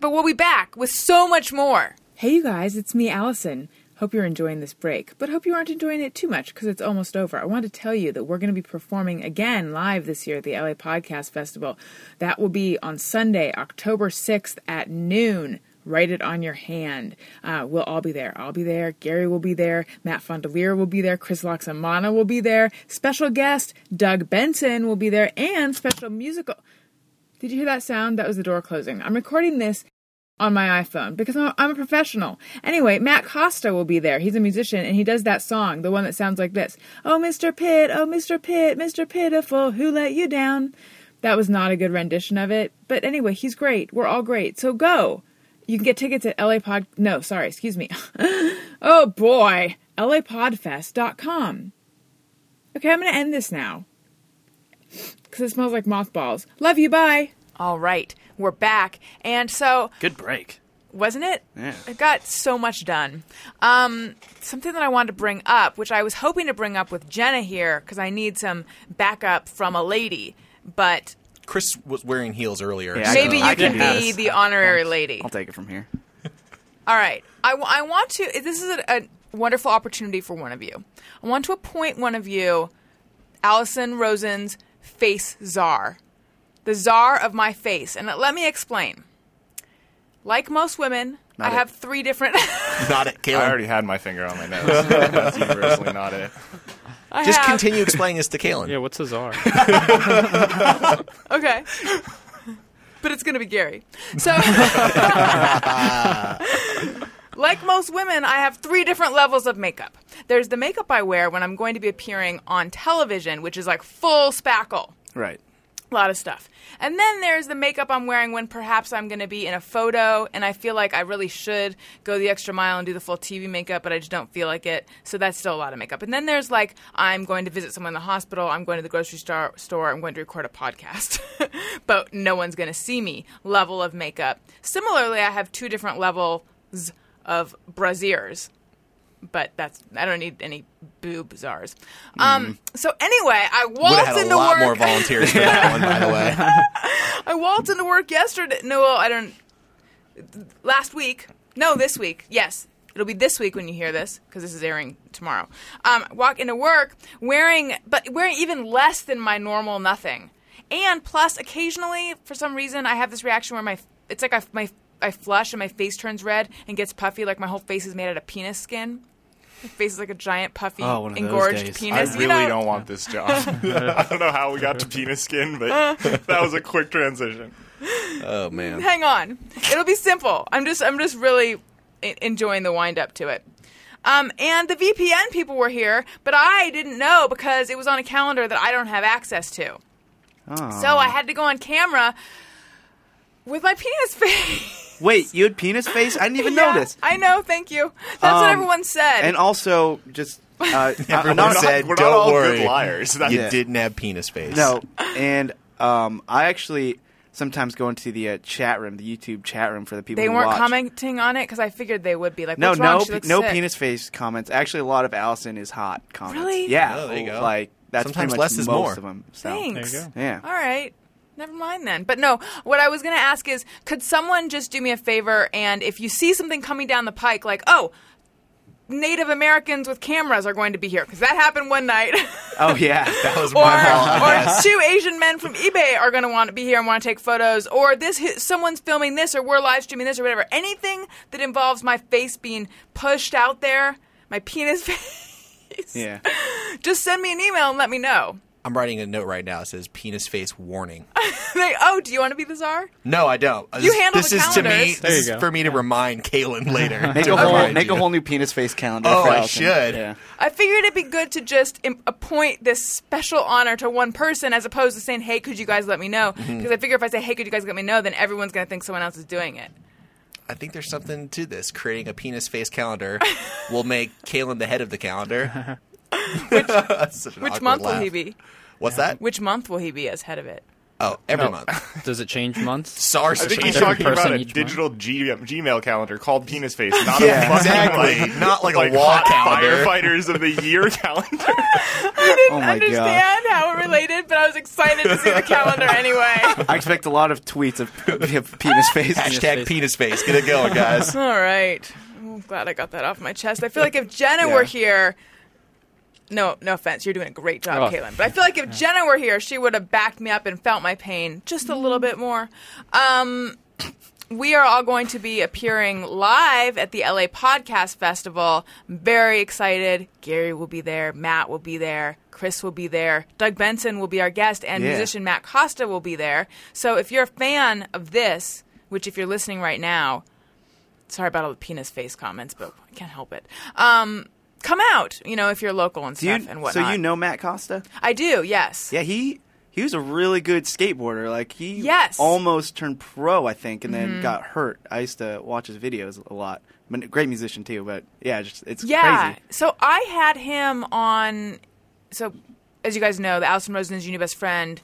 Speaker 2: But we'll be back with so much more. Hey, you guys, it's me, Allison. Hope you're enjoying this break, but hope you aren't enjoying it too much because it's almost over. I want to tell you that we're going to be performing again live this year at the LA Podcast Festival. That will be on Sunday, October 6th at noon. Write it on your hand. Uh, we'll all be there. I'll be there. Gary will be there. Matt Fondelier will be there. Chris Loxamana will be there. Special guest Doug Benson will be there, and special musical. Did you hear that sound? That was the door closing. I'm recording this on my iPhone because I'm, I'm a professional. Anyway, Matt Costa will be there. He's a musician and he does that song, the one that sounds like this Oh, Mr. Pitt, oh, Mr. Pitt, Mr. Pitiful, who let you down? That was not a good rendition of it. But anyway, he's great. We're all great. So go. You can get tickets at LA Pod. No, sorry, excuse me. oh boy, lapodfest.com. Okay, I'm going to end this now because it smells like mothballs. Love you. Bye. All right, we're back, and so
Speaker 6: Good break.
Speaker 2: wasn't it?
Speaker 6: Yeah.
Speaker 2: It got so much done. Um, something that I wanted to bring up, which I was hoping to bring up with Jenna here, because I need some backup from a lady, but
Speaker 8: Chris was wearing heels earlier.
Speaker 6: Yeah,
Speaker 8: so-
Speaker 2: maybe
Speaker 6: I
Speaker 2: you
Speaker 6: can
Speaker 2: can
Speaker 6: do
Speaker 2: be
Speaker 6: this.
Speaker 2: the honorary lady.
Speaker 6: I'll take it from here.
Speaker 2: All right. I, w- I want to. This is a, a wonderful opportunity for one of you. I want to appoint one of you, Allison Rosen's face czar, the czar of my face. And let me explain. Like most women,
Speaker 6: Not
Speaker 2: I
Speaker 6: it.
Speaker 2: have three different.
Speaker 8: not it,
Speaker 4: I
Speaker 8: Caleb.
Speaker 4: already had my finger on my nose. That's universally not it.
Speaker 2: I
Speaker 8: Just
Speaker 2: have-
Speaker 8: continue explaining this to Kalen.
Speaker 5: Yeah, what's a czar?
Speaker 2: Okay. but it's going to be Gary. So, like most women, I have three different levels of makeup. There's the makeup I wear when I'm going to be appearing on television, which is like full spackle,
Speaker 6: Right.
Speaker 2: a lot of stuff. And then there's the makeup I'm wearing when perhaps I'm going to be in a photo and I feel like I really should go the extra mile and do the full TV makeup, but I just don't feel like it. So that's still a lot of makeup. And then there's like I'm going to visit someone in the hospital, I'm going to the grocery star- store, I'm going to record a podcast, but no one's going to see me level of makeup. Similarly, I have two different levels of brasiers but that's I don't need any boob czars. Um, so anyway, I
Speaker 8: Would have
Speaker 2: waltzed
Speaker 8: Mm-hmm. had a
Speaker 2: into
Speaker 8: lot
Speaker 2: work.
Speaker 8: more volunteers for that one, by the way.
Speaker 2: I waltzed into work yesterday. No, well, I don't. Last week. No, this week. Yes. It'll be this week when you hear this because this is airing tomorrow. Um, walk into work wearing, but wearing even less than my normal nothing, and plus occasionally for some reason I have this reaction where my it's like I my I flush and my face turns red and gets puffy like my whole face is made out of penis skin. My face is like a giant puffy
Speaker 6: Oh, one of those
Speaker 2: engorged
Speaker 6: days.
Speaker 4: I
Speaker 2: penis.
Speaker 4: really
Speaker 2: you know,
Speaker 4: don't want this job. I don't know how we got to penis skin, but that was a quick transition.
Speaker 8: Oh man.
Speaker 2: hang on. It'll be simple. I'm just I'm just really e- enjoying the wind up to it. Um, and the VPN people were here, but I didn't know because it was on a calendar that I don't have access to.
Speaker 6: Oh.
Speaker 2: So I had to go on camera with my penis face.
Speaker 6: Wait, you had penis face? I didn't even
Speaker 2: Yeah,
Speaker 6: notice.
Speaker 2: I know. Thank you. That's what
Speaker 6: Um,
Speaker 2: everyone said.
Speaker 6: And also, just uh,
Speaker 8: Everyone
Speaker 6: not-
Speaker 8: said,
Speaker 4: we're not
Speaker 8: "Don't
Speaker 4: all
Speaker 8: worry,
Speaker 4: good liars." That-
Speaker 8: you
Speaker 6: Yeah.
Speaker 8: didn't have penis face."
Speaker 6: No, and um, I actually sometimes go into the uh, chat room, the YouTube chat room for the people.
Speaker 2: they
Speaker 6: who
Speaker 2: weren't
Speaker 6: watch.
Speaker 2: commenting on it because I figured they would be like,
Speaker 6: No,
Speaker 2: What's wrong?
Speaker 6: no,
Speaker 2: She looks
Speaker 6: no
Speaker 2: sick."
Speaker 6: penis face comments. Actually, a lot of Allison is hot comments.
Speaker 2: Really?
Speaker 6: Yeah.
Speaker 8: Oh, there you go.
Speaker 6: Like that's pretty
Speaker 8: Sometimes
Speaker 6: much
Speaker 8: less is
Speaker 6: most
Speaker 8: more.
Speaker 6: of them. so.
Speaker 2: Thanks.
Speaker 5: There you
Speaker 6: go. Yeah.
Speaker 2: All right. Never mind then. But no, what I was going to ask is could someone just do me a favor and if you see something coming down the pike, like, oh, Native Americans with cameras are going to be here, because that happened one night.
Speaker 6: Oh yeah.
Speaker 8: that was
Speaker 2: or,
Speaker 8: my fault.
Speaker 2: or two Asian men from eBay are going to want to be here and want to take photos, or this hi- someone's filming this, or we're live streaming this, or whatever. Anything that involves my face being pushed out there, my penis face.
Speaker 6: yeah.
Speaker 2: Just send me an email and let me know.
Speaker 8: I'm writing a note right now. It says penis face warning.
Speaker 2: They, oh, do you want to be the czar?
Speaker 8: No, I don't. Uh,
Speaker 2: You handle
Speaker 8: this
Speaker 2: the
Speaker 8: is to me.
Speaker 2: calendars.
Speaker 5: There you
Speaker 8: This is
Speaker 5: go.
Speaker 8: for me to remind Kalen later.
Speaker 6: Make
Speaker 8: to
Speaker 6: a whole
Speaker 8: remind
Speaker 6: make
Speaker 8: you.
Speaker 6: a whole new penis face calendar.
Speaker 8: Oh,
Speaker 6: for
Speaker 8: I
Speaker 6: Allison.
Speaker 8: should.
Speaker 6: Yeah.
Speaker 2: I figured it'd be good to just Im- appoint this special honor to one person as opposed to saying, hey,
Speaker 6: Mm-hmm.
Speaker 2: could you guys let me know? Because I figure if I say, hey, could you guys let me know, then everyone's going to think someone else is doing it.
Speaker 8: I think there's something to this. Creating a penis face calendar will make Kalen the head of the calendar. which
Speaker 2: Which month will he be?
Speaker 8: What's that?
Speaker 2: Which month will he be as head of it?
Speaker 8: Oh, every
Speaker 5: No.
Speaker 8: month.
Speaker 5: Does it change months?
Speaker 8: SARS.
Speaker 4: I think he's
Speaker 8: changed.
Speaker 5: Every
Speaker 4: talking about
Speaker 5: person
Speaker 4: a
Speaker 5: each month?
Speaker 4: digital G- Gmail calendar called Penis Face, not
Speaker 8: Yeah,
Speaker 4: a fucking,
Speaker 8: exactly.
Speaker 4: like,
Speaker 8: Not like a
Speaker 4: like
Speaker 8: wall
Speaker 4: hot
Speaker 8: calendar.
Speaker 4: firefighters of the year calendar.
Speaker 6: Oh my god!
Speaker 2: Understand how it related, but I was excited to see the calendar anyway.
Speaker 6: I expect a lot of tweets of, of penis face.
Speaker 8: Hashtag penis face. Get it going, guys.
Speaker 2: All right. I'm glad I got that off my chest. I feel like if Jenna were here, no, no offense, you're doing a great job,
Speaker 5: Oh.
Speaker 2: Caitlin. But I feel like if Jenna were here, she would have backed me up and felt my pain just a little bit more. Um, we are all going to be appearing live at the LA Podcast Festival. I'm very excited. Gary will be there. Matt will be there. Chris will be there. Doug Benson will be our guest, and
Speaker 6: Yeah.
Speaker 2: musician Matt Costa will be there. So if you're a fan of this, which if you're listening right now, sorry about all the penis face comments, but I can't help it. Um, come out, you know, if you're local and
Speaker 6: Do you-
Speaker 2: stuff and whatnot.
Speaker 6: so you know Matt Costa?
Speaker 2: I do, yes.
Speaker 6: Yeah, he he was a really good skateboarder. Like he
Speaker 2: Yes. Mm-hmm.
Speaker 6: almost turned pro, I think, and then got hurt. I used to watch his videos a lot. But great musician too, but yeah, just it's
Speaker 2: Yeah.
Speaker 6: crazy.
Speaker 2: So I had him on. So, as you guys know, the Allison Rosen's Your New Best Friend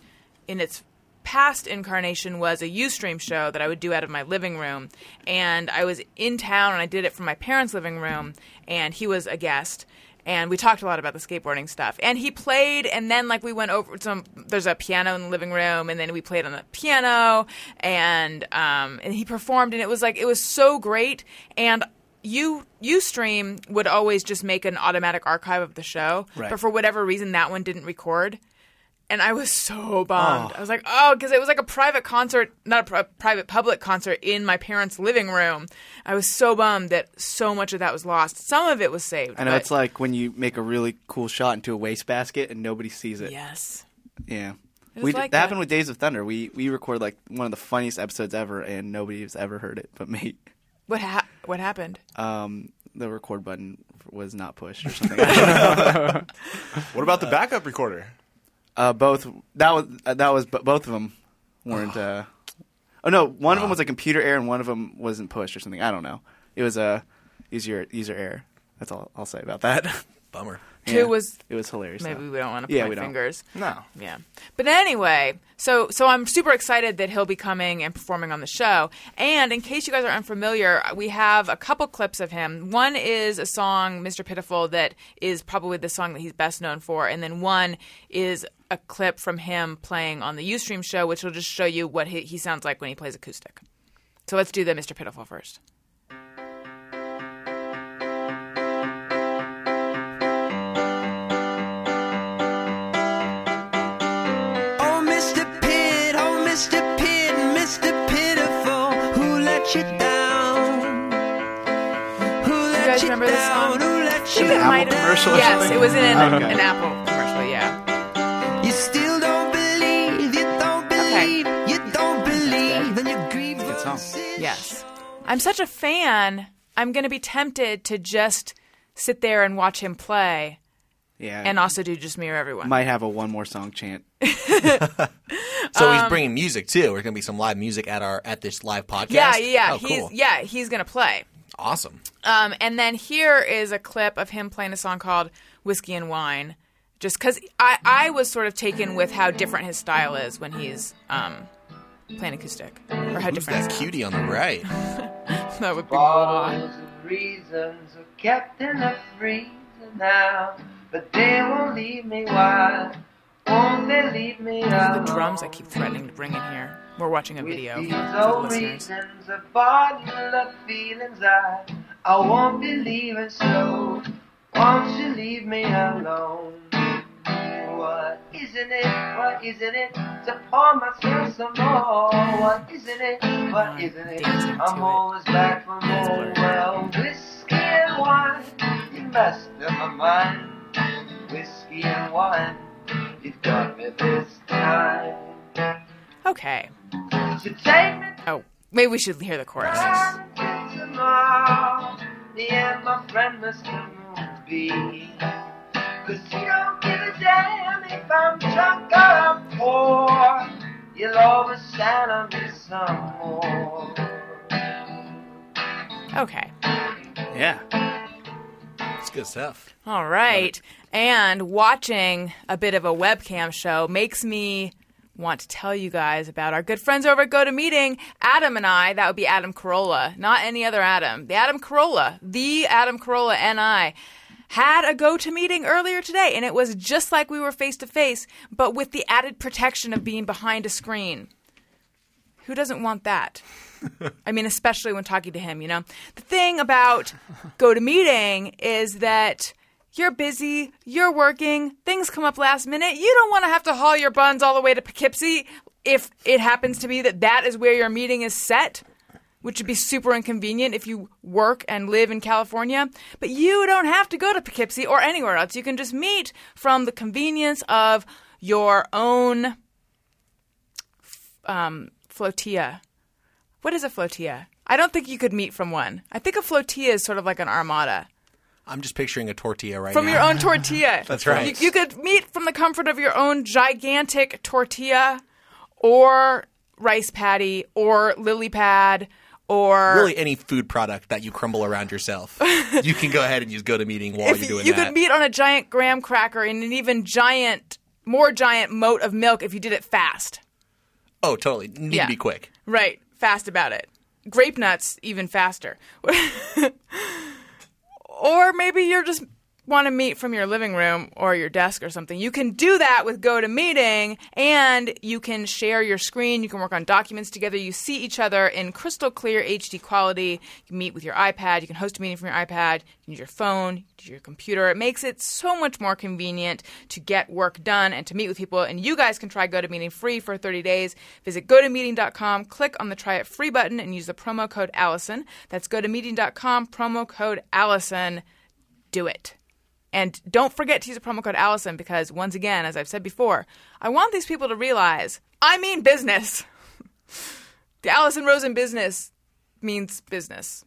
Speaker 2: in its past incarnation was a Ustream show that I would do out of my living room. And I was in town and I did it from my parents' living room, and he was a guest. And we talked a lot about the skateboarding stuff. And he played, and then like we went over. Some there's a piano in the living room, and then we played on the piano, and um, and he performed, and it was like it was so great. And you Ustream would always just make an automatic archive of the show,
Speaker 6: Right.
Speaker 2: but for whatever reason that one didn't record. And I was so bummed. I was like, oh, because it was like a private concert, not a pri- private public concert in my parents' living room. I was so bummed that so much of that was lost. Some of it was saved.
Speaker 6: I know
Speaker 2: but-
Speaker 6: it's like when you make a really cool shot into a wastebasket and nobody sees it.
Speaker 2: yes.
Speaker 6: Yeah.
Speaker 2: It
Speaker 6: We
Speaker 2: was
Speaker 6: d-
Speaker 2: like
Speaker 6: that
Speaker 2: that.
Speaker 6: happened with Days of Thunder. We we recorded like one of the funniest episodes ever, and nobody has ever heard it but me.
Speaker 2: What ha- what happened?
Speaker 6: Um, the record button was not pushed or something.
Speaker 4: What about the backup recorder?
Speaker 6: uh, both that was uh, that was but both of them weren't. Uh, oh no, one of them was a computer error, and one of them wasn't pushed or something. I don't know. It was a user user error. That's all I'll say about that.
Speaker 8: Bummer.
Speaker 6: Yeah.
Speaker 2: Two was
Speaker 6: It was hilarious.
Speaker 2: maybe
Speaker 6: though.
Speaker 2: we don't want to
Speaker 6: Yeah,
Speaker 2: point
Speaker 6: we don't.
Speaker 2: fingers.
Speaker 4: No.
Speaker 2: Yeah. But anyway, so so I'm super excited that he'll be coming and performing on the show. And in case you guys are unfamiliar, we have a couple clips of him. One is a song Mr. Pitiful that is probably the song that he's best known for, and then one is a clip from him playing on the Ustream show which will just show you what he, he sounds like when he plays acoustic. So let's do the Mr. Pitiful first.
Speaker 3: Oh, Mr. Pitt, oh, Mr. Pitt, Mr. Pitiful, who let you down? Who let
Speaker 2: guys
Speaker 3: you
Speaker 2: remember this song?
Speaker 3: down? Who let you
Speaker 2: It
Speaker 3: down?
Speaker 2: might have-
Speaker 6: commercial or
Speaker 2: yes,
Speaker 6: something?
Speaker 2: it was in an,
Speaker 6: Okay.
Speaker 2: an Apple commercial, yeah.
Speaker 3: You still don't believe, you don't
Speaker 2: Okay.
Speaker 3: believe, you don't believe, and you grieve. Good
Speaker 6: song.
Speaker 2: Yes. I'm such a fan. I'm going to be tempted to just sit there and watch him play
Speaker 6: Yeah.
Speaker 2: and also do just mirror everyone.
Speaker 6: might have a one more song chant.
Speaker 8: So
Speaker 2: Um,
Speaker 8: he's bringing music too. There's gonna be some live music at our at this live podcast.
Speaker 2: yeah, yeah, yeah.
Speaker 8: Oh,
Speaker 2: he's
Speaker 8: cool.
Speaker 2: yeah, he's going to play.
Speaker 8: Awesome.
Speaker 2: Um, and then here is a clip of him playing a song called Whiskey and Wine. Just because I, I was sort of taken with how different his style is when he's um, playing acoustic, or how
Speaker 8: Who's
Speaker 2: different
Speaker 8: that cutie on the right?
Speaker 2: his- that would be.
Speaker 9: Balls of reasons are kept in the freezer now, but they won't leave me wild. Won't they leave me
Speaker 2: The
Speaker 9: alone?
Speaker 2: drums I keep threatening to bring in here. We're watching a
Speaker 9: With
Speaker 2: video
Speaker 9: these
Speaker 2: for the
Speaker 9: old
Speaker 2: listeners.
Speaker 9: reasons, a bottle of feelings I, I won't be leaving so. Won't you leave me alone? What isn't it? What isn't it? To pour myself some more. What isn't it? What isn't it?
Speaker 2: Dancing to
Speaker 9: I'm
Speaker 2: it.
Speaker 9: always back for more. Well, whiskey and wine, you messed up my mind. Whiskey and wine, you've got me this time.
Speaker 2: Okay.
Speaker 9: So take me
Speaker 2: Oh, maybe we should hear the chorus.
Speaker 9: Tomorrow, me and my friend Mr. Moonbeam. Cause you don't give a damn if I'm drunk or I'm poor. You'll always shine on me some more.
Speaker 2: Okay.
Speaker 6: Yeah.
Speaker 8: It's good stuff.
Speaker 2: All right. And watching a bit of a webcam show makes me want to tell you guys about our good friends over at GoToMeeting. Adam and I, that would be Adam Carolla, not any other Adam. The Adam Carolla, the Adam Carolla and I had a GoToMeeting earlier today, and it was just like we were face to face, but with the added protection of being behind a screen. Who doesn't want that? I mean, especially when talking to him, you know? The thing about go to meeting is that you're busy, you're working, things come up last minute. You don't want to have to haul your buns all the way to Poughkeepsie if it happens to be that that is where your meeting is set, which would be super inconvenient if you work and live in California. But you don't have to go to Poughkeepsie or anywhere else. You can just meet from the convenience of your own f- um, flotilla. What is a flotilla? I don't think you could meet from one. I think a flotilla is sort of like an armada.
Speaker 8: I'm just picturing a tortilla right
Speaker 2: From
Speaker 8: now.
Speaker 2: your own tortilla.
Speaker 8: That's right.
Speaker 2: You, you could meet from the comfort of your own gigantic tortilla or rice patty or lily pad or.
Speaker 8: really any food product that you crumble around yourself. you can go ahead and just go to meeting while
Speaker 2: if
Speaker 8: you're doing
Speaker 2: you
Speaker 8: that.
Speaker 2: could meet on a giant graham cracker in an even giant, more giant moat of milk if you did it fast.
Speaker 8: oh, totally. Need
Speaker 2: Yeah.
Speaker 8: to be quick.
Speaker 2: Right. Fast about it. Grape nuts, even faster. or maybe you're just want to meet from your living room or your desk or something. You can do that with GoToMeeting and you can share your screen. You can work on documents together. You see each other in crystal clear HD quality. You meet with your iPad. You can host a meeting from your iPad. You can use your phone, you can use your computer. It makes it so much more convenient to get work done and to meet with people. And you guys can try GoToMeeting free for 30 days. Visit GoToMeeting.com, click on the Try It Free button and use the promo code Allison. That's GoToMeeting.com, promo code Allison do it. And don't forget to use the promo code Allison because, once again, as I've said before, I want these people to realize I mean business. the Allison Rosen business means business.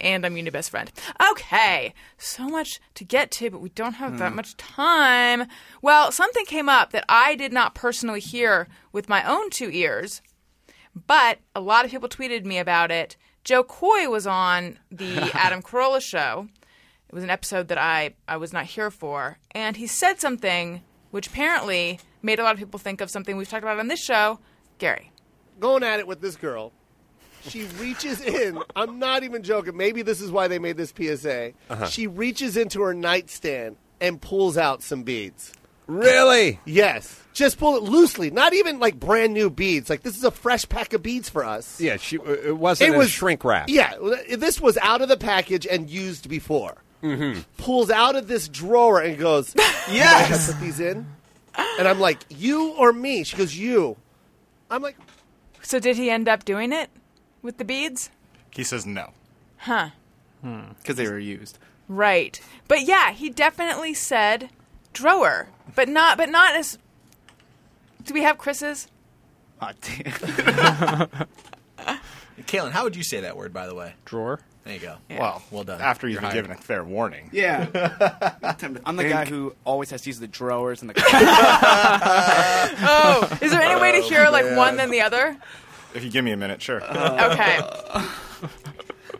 Speaker 2: And I'm your new best friend. Okay, so much to get to, but we don't have that much time. Well, something came up that I did not personally hear with my own two ears, but a lot of people tweeted me about it. Joe Coy was on the Adam Carolla show it was an episode that I, I was not here for, and he said something which apparently made a lot of people think of something we've talked about on this show, Gary.
Speaker 10: going at it with this girl. She reaches in. I'm not even joking. Maybe this is why they made this PSA.
Speaker 11: Uh-huh.
Speaker 10: She reaches into her nightstand and pulls out some beads.
Speaker 11: Really?
Speaker 10: Yes. Just pull it loosely, not even like brand new beads. Like this is a fresh pack of beads for us.
Speaker 11: Yeah, she, uh, it wasn't a shrink wrap.
Speaker 10: Yeah, this was out of the package and used before. Mm-hmm. Pulls out of this drawer and goes, "Yes, put these in." And I'm like, "You or me?" She goes, "You." I'm like,
Speaker 2: So did he end up doing it with the beads?
Speaker 4: He says no.
Speaker 6: Because they were used.
Speaker 2: Right. But yeah, he definitely said drawer, but not but not as Do we have Chris's?
Speaker 6: Ah, damn.
Speaker 8: Kalen, how would you say that word, by the way?
Speaker 5: Drawer.
Speaker 8: There you go.
Speaker 4: Well,
Speaker 8: Well done.
Speaker 4: After you've
Speaker 8: You're
Speaker 4: been
Speaker 8: hired.
Speaker 4: given a fair warning.
Speaker 6: Yeah. I'm the guy who always has to use the drawers and the.
Speaker 2: Oh, is there any way to hear like one than the other?
Speaker 4: If you give me a minute, sure.
Speaker 2: Okay.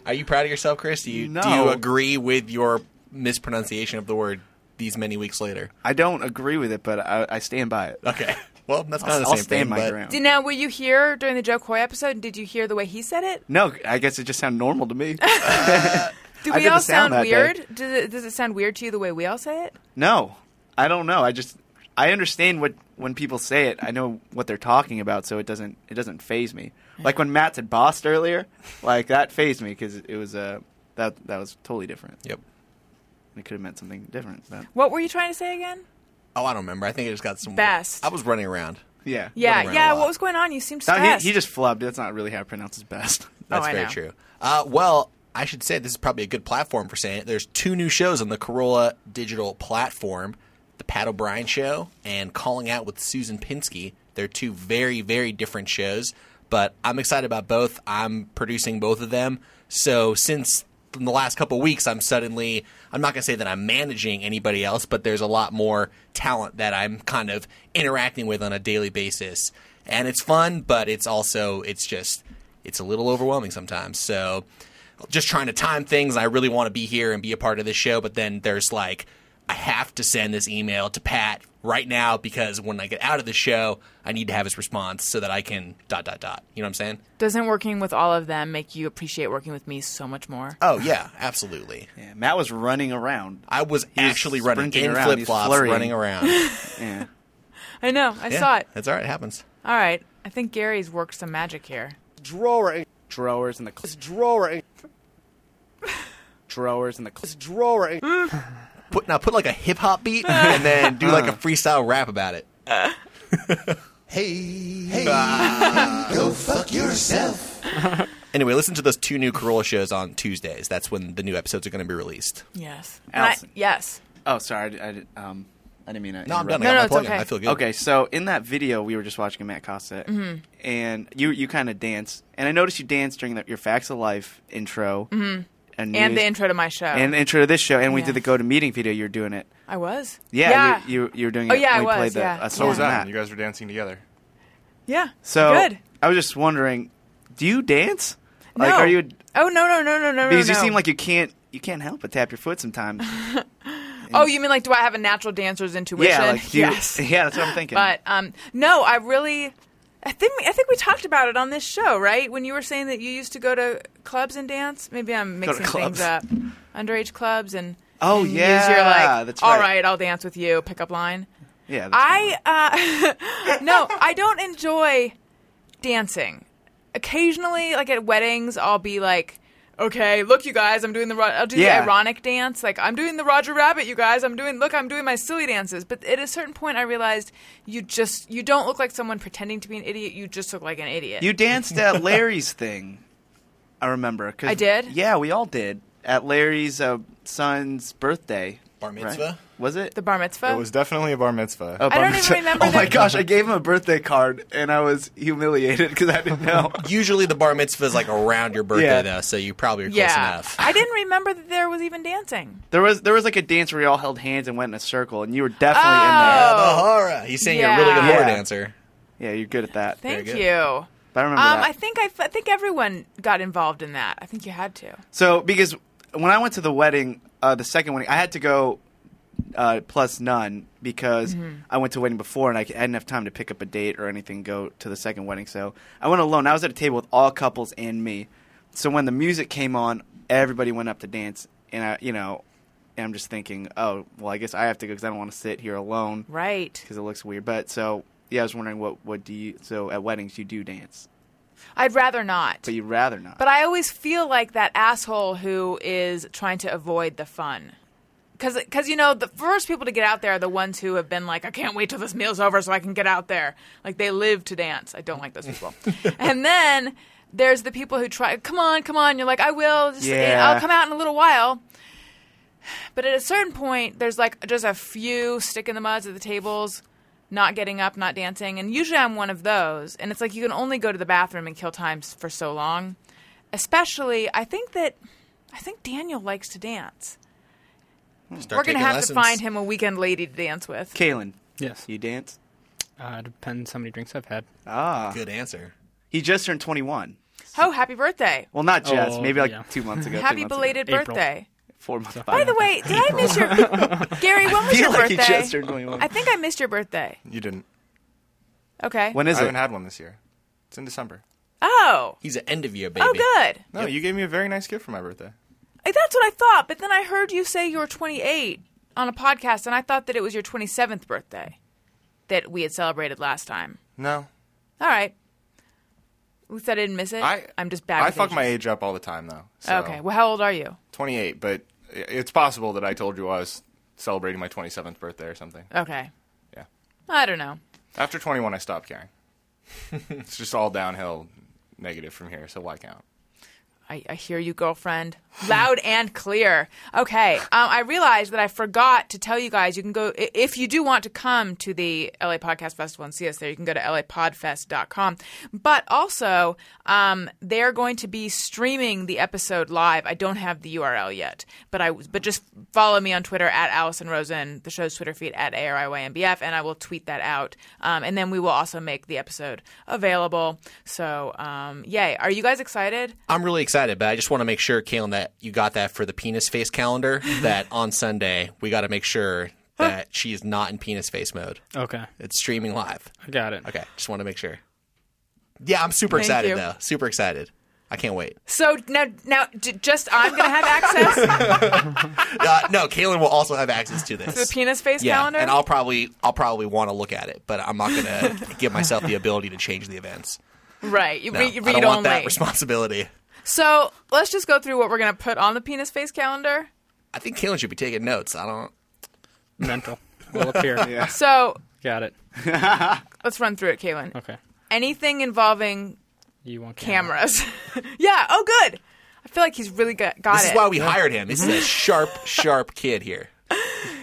Speaker 8: Are you proud of yourself, Chris? Do you, do
Speaker 6: No.
Speaker 8: you agree with your mispronunciation of the word these many weeks later?
Speaker 6: I don't agree with it, but I, I stand by it.
Speaker 8: Okay. Well, that's kind of the
Speaker 6: I'll
Speaker 8: same
Speaker 6: stand my
Speaker 8: thing. but
Speaker 6: ground.
Speaker 2: Did, now were you here during the Joe Coy episode? Did you hear the way he said it?
Speaker 6: No, I guess it just sounded normal to me.
Speaker 2: Do
Speaker 6: I
Speaker 2: we
Speaker 6: did the
Speaker 2: all sound
Speaker 6: sound that day.
Speaker 2: weird? Does it, does it sound weird to you the way we all say it?
Speaker 6: no, I don't know. I just I understand what when people say it. I know what they're talking about, so it doesn't it doesn't phase me. Like when Matt said "bossed" earlier, like that phased me because it was uh, that that was totally different.
Speaker 8: Yep.
Speaker 6: It could have meant something different. But
Speaker 2: What were you trying to say again?
Speaker 8: Oh, I don't remember. I think I just got some.
Speaker 2: Best.
Speaker 8: I was running around.
Speaker 6: yeah,
Speaker 2: Yeah,
Speaker 8: around
Speaker 2: yeah.
Speaker 8: a lot.
Speaker 2: What was going on? You seemed
Speaker 6: No,
Speaker 2: stressed.
Speaker 6: he, he just flubbed. That's not really how I pronounce his best.
Speaker 8: That's
Speaker 2: Oh, I
Speaker 8: very
Speaker 2: know.
Speaker 8: true. Uh, well, I should say this is probably a good platform for saying it. There's two new shows on the Corolla digital platform The Pat O'Brien Show and Calling Out with Susan Pinsky. They're two very, very different shows, but I'm excited about both. I'm producing both of them. So since in the last couple weeks, I'm suddenly, I'm not going to say that I'm managing anybody else, but there's a lot more talent that I'm kind of interacting with on a daily basis. And it's fun, but it's also, it's just, it's a little overwhelming sometimes. So just trying to time things. And I really want to be here and be a part of this show. But then there's like, I have to send this email to Pat right now because when I get out of the show, I need to have his response so that I can dot dot dot. You know what I'm saying?
Speaker 2: Doesn't working with all of them make you appreciate working with me so much more?
Speaker 6: Uh,
Speaker 8: Oh yeah, absolutely.
Speaker 6: Yeah, Matt was running around.
Speaker 8: I was actually running
Speaker 6: sprinting
Speaker 8: in
Speaker 6: around. He's
Speaker 8: flip flops,
Speaker 6: flurrying.
Speaker 8: running around.
Speaker 6: yeah.
Speaker 2: I know. I saw it.
Speaker 8: That's all right. It happens.
Speaker 2: All right. I think Gary's worked some magic here.
Speaker 10: Drawer and
Speaker 6: Drawers in the cl-
Speaker 10: this drawer and
Speaker 6: drawers in the cl-
Speaker 10: this drawer and
Speaker 8: Put now put like a hip hop beat
Speaker 2: Uh.
Speaker 8: and then do like a freestyle rap about it.
Speaker 3: Go fuck yourself.
Speaker 8: Anyway, listen to those two new Corolla shows on Tuesdays. That's when the new episodes are going to be released.
Speaker 2: Yes.
Speaker 6: Allison.
Speaker 2: And I- yes.
Speaker 6: Oh, sorry. I, did- I, did- um, I didn't mean to.
Speaker 8: No, I'm
Speaker 6: interrupt.
Speaker 8: done.
Speaker 2: No,
Speaker 8: I got
Speaker 2: no,
Speaker 8: my
Speaker 2: it's
Speaker 8: plug in.
Speaker 2: okay.
Speaker 8: I feel good.
Speaker 6: Okay, so in that video we were just watching Matt Cossett,
Speaker 2: Mm-hmm.
Speaker 6: and you you kind of dance, and I noticed you danced during the, your Facts of Life intro, and,
Speaker 2: Mm-hmm. And
Speaker 6: news-
Speaker 2: the intro to my show.
Speaker 6: and the intro to this show, and we
Speaker 2: Yeah.
Speaker 6: did the go to meeting video. You were doing it,
Speaker 2: I was.
Speaker 6: yeah,
Speaker 2: Yeah.
Speaker 6: You, you you were doing it.
Speaker 2: Oh, yeah, I
Speaker 6: we
Speaker 2: was,
Speaker 6: played the
Speaker 2: yeah.
Speaker 6: a
Speaker 2: So
Speaker 4: So
Speaker 6: song
Speaker 4: was
Speaker 6: from
Speaker 4: that?
Speaker 6: that.
Speaker 4: You guys were dancing together.
Speaker 2: yeah.
Speaker 6: So
Speaker 2: good.
Speaker 6: I was just wondering, do you dance? Like,
Speaker 2: No.
Speaker 6: are you?
Speaker 2: Oh no no no no no.
Speaker 6: Because
Speaker 2: no,
Speaker 6: you
Speaker 2: no.
Speaker 6: seem like you can't you can't help but tap your foot sometimes.
Speaker 2: Oh, you mean like do I have a natural dancer's intuition?
Speaker 6: yeah, like do you,
Speaker 2: yes.
Speaker 6: yeah, that's what I'm thinking.
Speaker 2: But um, no, I really. I think I think we talked about it on this show, right? When you were saying that you used to go to clubs and dance. Maybe I'm
Speaker 6: to
Speaker 2: mixing
Speaker 6: clubs.
Speaker 2: things up. Underage clubs and
Speaker 6: Oh,
Speaker 2: and use your
Speaker 6: yeah,
Speaker 2: like
Speaker 6: that's
Speaker 2: all
Speaker 6: right.
Speaker 2: right, I'll dance with you pickup line.
Speaker 6: yeah, that's
Speaker 2: I uh, no, I don't enjoy dancing. Occasionally, like at weddings, I'll be like, "Okay, look, you guys, I'm doing the Ro- I'll do
Speaker 6: Yeah.
Speaker 2: the ironic dance, like I'm doing the Roger Rabbit, you guys, I'm doing look, I'm doing my silly dances." But at a certain point, I realized you just you don't look like someone pretending to be an idiot. You just look like an idiot.
Speaker 6: You danced at Larry's thing. I remember. 'cause-
Speaker 2: I did?
Speaker 6: Yeah, we all did at Larry's uh, son's birthday.
Speaker 8: Bar
Speaker 6: right?
Speaker 8: mitzvah?
Speaker 6: Was it?
Speaker 2: the bar mitzvah.
Speaker 4: It was definitely a bar mitzvah.
Speaker 6: Oh,
Speaker 2: I don't
Speaker 6: bar
Speaker 2: even
Speaker 6: mitzvah.
Speaker 2: remember
Speaker 6: Oh my
Speaker 2: the-
Speaker 6: gosh! I gave him a birthday card, and I was humiliated because I didn't know.
Speaker 8: Usually the bar mitzvah is like around your birthday
Speaker 6: Yeah.
Speaker 8: though, so you probably are close
Speaker 2: yeah,
Speaker 8: enough.
Speaker 2: I didn't remember that there was even dancing.
Speaker 6: there was there was like a dance where we all held hands and went in a circle, and you were definitely
Speaker 2: Oh.
Speaker 8: Bahara. He's saying you're a really good
Speaker 2: Yeah.
Speaker 8: war
Speaker 6: Yeah.
Speaker 8: dancer.
Speaker 6: in there. Yeah, you're good at that.
Speaker 2: Thank
Speaker 8: good.
Speaker 2: you.
Speaker 6: But I remember
Speaker 2: Um,
Speaker 6: that.
Speaker 2: I think I, f- I think everyone got involved in that. I think you had to.
Speaker 6: So because when I went to the wedding, uh, the second wedding, I had to go uh, plus none because
Speaker 2: Mm-hmm.
Speaker 6: I went to a wedding before and I c- I didn't have time to pick up a date or anything. Go to the second wedding, so I went alone. I was at a table with all couples and me. So when the music came on, everybody went up to dance, and I, you know, and I'm just thinking, oh, well, I guess I have to go because I don't want to sit here alone
Speaker 2: Right.
Speaker 6: because it looks weird. But so yeah, I was wondering what what do you so at weddings you do dance,
Speaker 2: I'd rather not.
Speaker 6: but you'd rather not.
Speaker 2: But I always feel like that asshole who is trying to avoid the fun. Because, you know, the first people to get out there are the ones who have been like, I can't wait till this meal's over so I can get out there. Like, they live to dance. I don't like those people. and then there's the people who try, come on, come on. You're like, I will. Just, eh,
Speaker 6: Yeah.
Speaker 2: I'll come out in a little while. But at a certain point, there's like just a few stick in the muds at the tables, not getting up, not dancing. And usually I'm one of those. And it's like you can only go to the bathroom and kill time s- for so long. Especially, I think that, I think Daniel likes to dance.
Speaker 8: Start
Speaker 2: We're going to
Speaker 8: taking
Speaker 2: have to
Speaker 8: lessons.
Speaker 2: find him a weekend lady to dance with.
Speaker 6: Kaylin,
Speaker 5: Yes.
Speaker 6: you dance?
Speaker 5: Uh, depends how many drinks I've had.
Speaker 6: Ah,
Speaker 8: Good answer.
Speaker 6: he just turned 21.
Speaker 2: Oh, happy birthday.
Speaker 6: Well, not just.
Speaker 5: Oh,
Speaker 6: maybe like
Speaker 5: yeah.
Speaker 6: two months ago. three
Speaker 2: Happy
Speaker 6: months ago.
Speaker 2: belated
Speaker 5: April.
Speaker 2: birthday.
Speaker 6: Four months.
Speaker 2: By the way, did I miss your. Gary, when was
Speaker 6: feel
Speaker 2: your
Speaker 6: like he
Speaker 2: birthday?
Speaker 6: just turned 21.
Speaker 2: I think I missed your birthday.
Speaker 4: You didn't.
Speaker 2: Okay.
Speaker 6: when is
Speaker 4: I
Speaker 6: it?
Speaker 4: haven't had one this year. It's in December.
Speaker 2: oh.
Speaker 8: He's an end of year baby.
Speaker 2: Oh, good.
Speaker 4: No, you gave me a very nice gift for my birthday.
Speaker 2: Like, That's what I thought, but then I heard you say you were 28 on a podcast, and I thought that it was your 27th birthday that we had celebrated last time.
Speaker 4: No,
Speaker 2: All right. At least I didn't miss it.
Speaker 4: I
Speaker 2: am Eh, just bad.
Speaker 4: I
Speaker 2: with
Speaker 4: fuck my
Speaker 2: ages.
Speaker 4: age up all the time though. So
Speaker 2: Okay. Well, how old are you?
Speaker 4: 28, but i- it's possible that I told you I was celebrating my 27th birthday or something.
Speaker 2: Okay.
Speaker 4: Yeah.
Speaker 2: I don't know.
Speaker 4: After 21, I stopped caring. it's just all downhill, negative from here. So why count?
Speaker 2: I, I hear you, girlfriend. Loud and clear. Okay. Um, I realized that I forgot to tell you guys you can go, i- if you do want to come to the LA Podcast Festival and see us there, you can go to lapodfest.com. But also, um, they're going to be streaming the episode live. I don't have the URL yet, but I but just follow me on Twitter at Allison Rosen, the show's Twitter feed at ARIYMBF, and I will tweet that out. Um, and then we will also make the episode available. So, um, yay. Are you guys excited?
Speaker 8: I'm really excited, but I just want to make sure, Kalen, that you got that for the penis face calendar. That on Sunday we got to make sure that she is not in penis face mode.
Speaker 5: Okay.
Speaker 8: It's streaming live.
Speaker 5: I got it.
Speaker 8: Okay, just want to make sure. Yeah, I'm super
Speaker 2: Thank
Speaker 8: excited
Speaker 2: you.
Speaker 8: though. Super excited. I can't wait.
Speaker 2: So now, now, j- just I'm gonna have access
Speaker 8: Uh, no, Kaylin will also have access to this.
Speaker 2: to the penis face
Speaker 8: yeah,
Speaker 2: calendar.
Speaker 8: and I'll probably I'll probably want to look at it, but I'm not going to give myself the ability to change the events.
Speaker 2: right, you
Speaker 8: No,
Speaker 2: read, you
Speaker 8: I
Speaker 2: read
Speaker 8: don't
Speaker 2: only.
Speaker 8: want that responsibility.
Speaker 2: so let's just go through what we're gonna put on the penis face calendar.
Speaker 8: I think Kaylin should be taking notes. I don't.
Speaker 5: Mental. Well, up here. yeah.
Speaker 2: So
Speaker 5: Got it.
Speaker 2: let's run through it, Caitlin.
Speaker 5: Okay.
Speaker 2: Anything involving
Speaker 5: You want camera?
Speaker 2: cameras? yeah. Oh, good. I feel like he's really got, got it.
Speaker 8: This is why we hired him. This is a sharp, sharp kid here.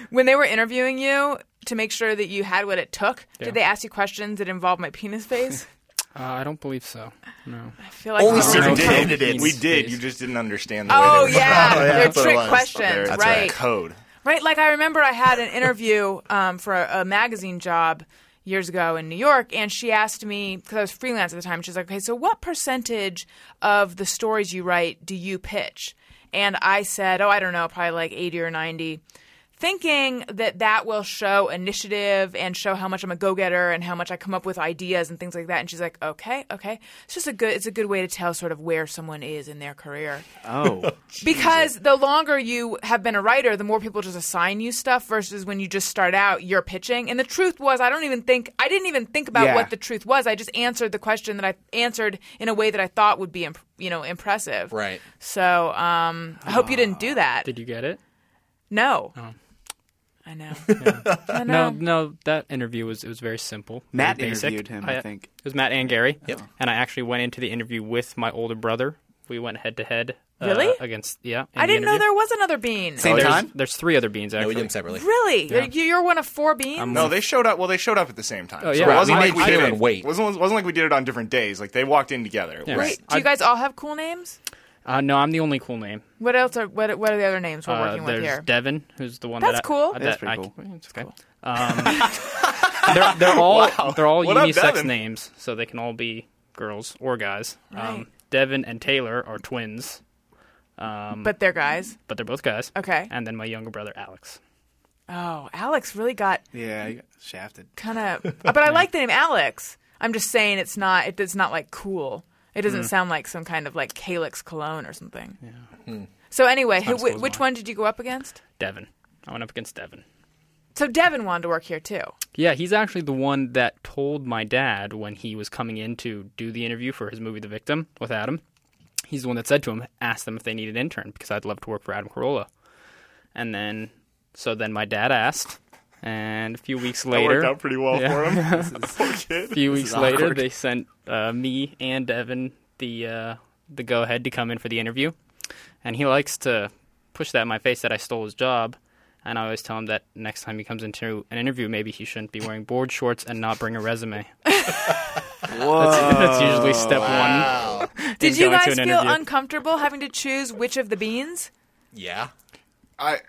Speaker 2: when they were interviewing you to make sure that you had what it took,
Speaker 5: Yeah.
Speaker 2: did they ask you questions that involved my penis face?
Speaker 5: Uh, I don't believe so. No.
Speaker 2: I feel like
Speaker 8: Only
Speaker 2: Oh,
Speaker 8: certain
Speaker 2: no.
Speaker 8: We did.
Speaker 4: did.
Speaker 8: It is.
Speaker 4: We did. You just didn't understand the
Speaker 2: Oh
Speaker 4: way they were
Speaker 2: yeah, they're
Speaker 8: that's what it
Speaker 2: trick
Speaker 8: was.
Speaker 2: questions,
Speaker 4: That's
Speaker 2: right?
Speaker 4: Code.
Speaker 2: Right. Like I remember, I had an interview um, for a, a magazine job years ago in New York, and she asked me because I was freelance at the time. She's like, "Okay, so what percentage of the stories you write do you pitch?" And I said, "Oh, I don't know, probably like eighty or 90. Thinking that that will show initiative and show how much I'm a go-getter and how much I come up with ideas and things like that. And she's like, "Okay, okay, it's just a good, it's a good way to tell sort of where someone is in their career."
Speaker 6: Oh,
Speaker 2: Because the longer you have been a writer, the more people just assign you stuff versus when you just start out, you're pitching. And the truth was, I don't even think, I didn't even think about
Speaker 6: Yeah.
Speaker 2: what the truth was. I just answered the question that I answered in a way that I thought would be, imp- you know, impressive.
Speaker 8: Right.
Speaker 2: So um, I hope you didn't do that.
Speaker 5: Did you get it?
Speaker 2: no. I know. I know.
Speaker 5: No, no. That interview was it was very simple. very
Speaker 6: Matt
Speaker 5: basic.
Speaker 6: interviewed him. I think.
Speaker 5: It was Matt and Gary.
Speaker 8: Yep.
Speaker 5: And I actually went into the interview with my older brother. We went head to head. uh,
Speaker 2: Really?
Speaker 5: Against yeah. in
Speaker 2: I
Speaker 5: the
Speaker 2: didn't know
Speaker 5: interview.
Speaker 2: there was another bean.
Speaker 6: Same
Speaker 5: there's,
Speaker 6: time.
Speaker 5: There's three other beans
Speaker 8: No, we
Speaker 5: actually.
Speaker 8: did them separately.
Speaker 2: Really?
Speaker 5: Yeah.
Speaker 2: You're, you're one of four beans?
Speaker 4: No, they showed up. Well, they showed up at the same time.
Speaker 5: Oh,
Speaker 4: So
Speaker 5: yeah.
Speaker 4: it wasn't
Speaker 5: Right.
Speaker 4: like we
Speaker 5: I
Speaker 4: did
Speaker 8: couldn't
Speaker 4: it.
Speaker 8: wait.
Speaker 4: Wasn't wasn't like we did it on different days. Like they walked in together.
Speaker 5: Yeah.
Speaker 4: Right.
Speaker 2: Do you guys all have cool names?
Speaker 5: Uh, no, I'm the only cool name.
Speaker 2: What else are what, what are the other names we're
Speaker 5: Uh,
Speaker 2: working
Speaker 5: there's
Speaker 2: with here?
Speaker 5: Devin, who's the one
Speaker 2: That's
Speaker 5: that I-
Speaker 2: cool.
Speaker 5: that
Speaker 6: That's pretty
Speaker 5: I-
Speaker 6: cool.
Speaker 5: It's okay. Um, they're, they're all they're all
Speaker 4: What up,
Speaker 5: unisex
Speaker 4: Devin?
Speaker 5: names, so they can all be girls or guys.
Speaker 2: Right.
Speaker 5: Um, Devin and Taylor are twins,
Speaker 2: but they're guys.
Speaker 5: but they're both guys.
Speaker 2: Okay.
Speaker 5: And then my younger brother Alex.
Speaker 2: Oh, Alex really got
Speaker 6: Yeah, you got shafted.
Speaker 2: kind of. but I like the name Alex. I'm just saying it's not. It, it's not like cool. It doesn't
Speaker 5: Mm.
Speaker 2: sound like some kind of like Calix cologne or something. Yeah.
Speaker 4: Hmm.
Speaker 2: So anyway, who,
Speaker 5: Sometimes
Speaker 2: wh-
Speaker 5: goes
Speaker 2: which
Speaker 5: on.
Speaker 2: one did you go up against?
Speaker 5: Devin. I went up against Devin.
Speaker 2: So Devin wanted to work here too.
Speaker 5: Yeah, he's actually the one that told my dad when he was coming in to do the interview for his movie The Victim with Adam. He's the one that said to him, ask them if they need an intern because I'd love to work for Adam Carolla. And then, so then my dad asked, and a few weeks
Speaker 4: That
Speaker 5: later,
Speaker 4: worked out pretty well
Speaker 5: Yeah.
Speaker 4: for him. Poor kid.
Speaker 5: a few weeks later,
Speaker 6: awkward.
Speaker 5: they sent uh, me and Devin the uh, the go ahead to come in for the interview, and he likes to push that in my face that I stole his job. And I always tell him that next time he comes into an interview, maybe he shouldn't be wearing board shorts and not bring a resume.
Speaker 6: Whoa.
Speaker 5: That's usually step one.
Speaker 2: Did you
Speaker 5: going to
Speaker 2: guys
Speaker 5: an
Speaker 2: feel
Speaker 5: interview.
Speaker 2: uncomfortable having to choose which of the beans?
Speaker 8: Yeah.
Speaker 4: I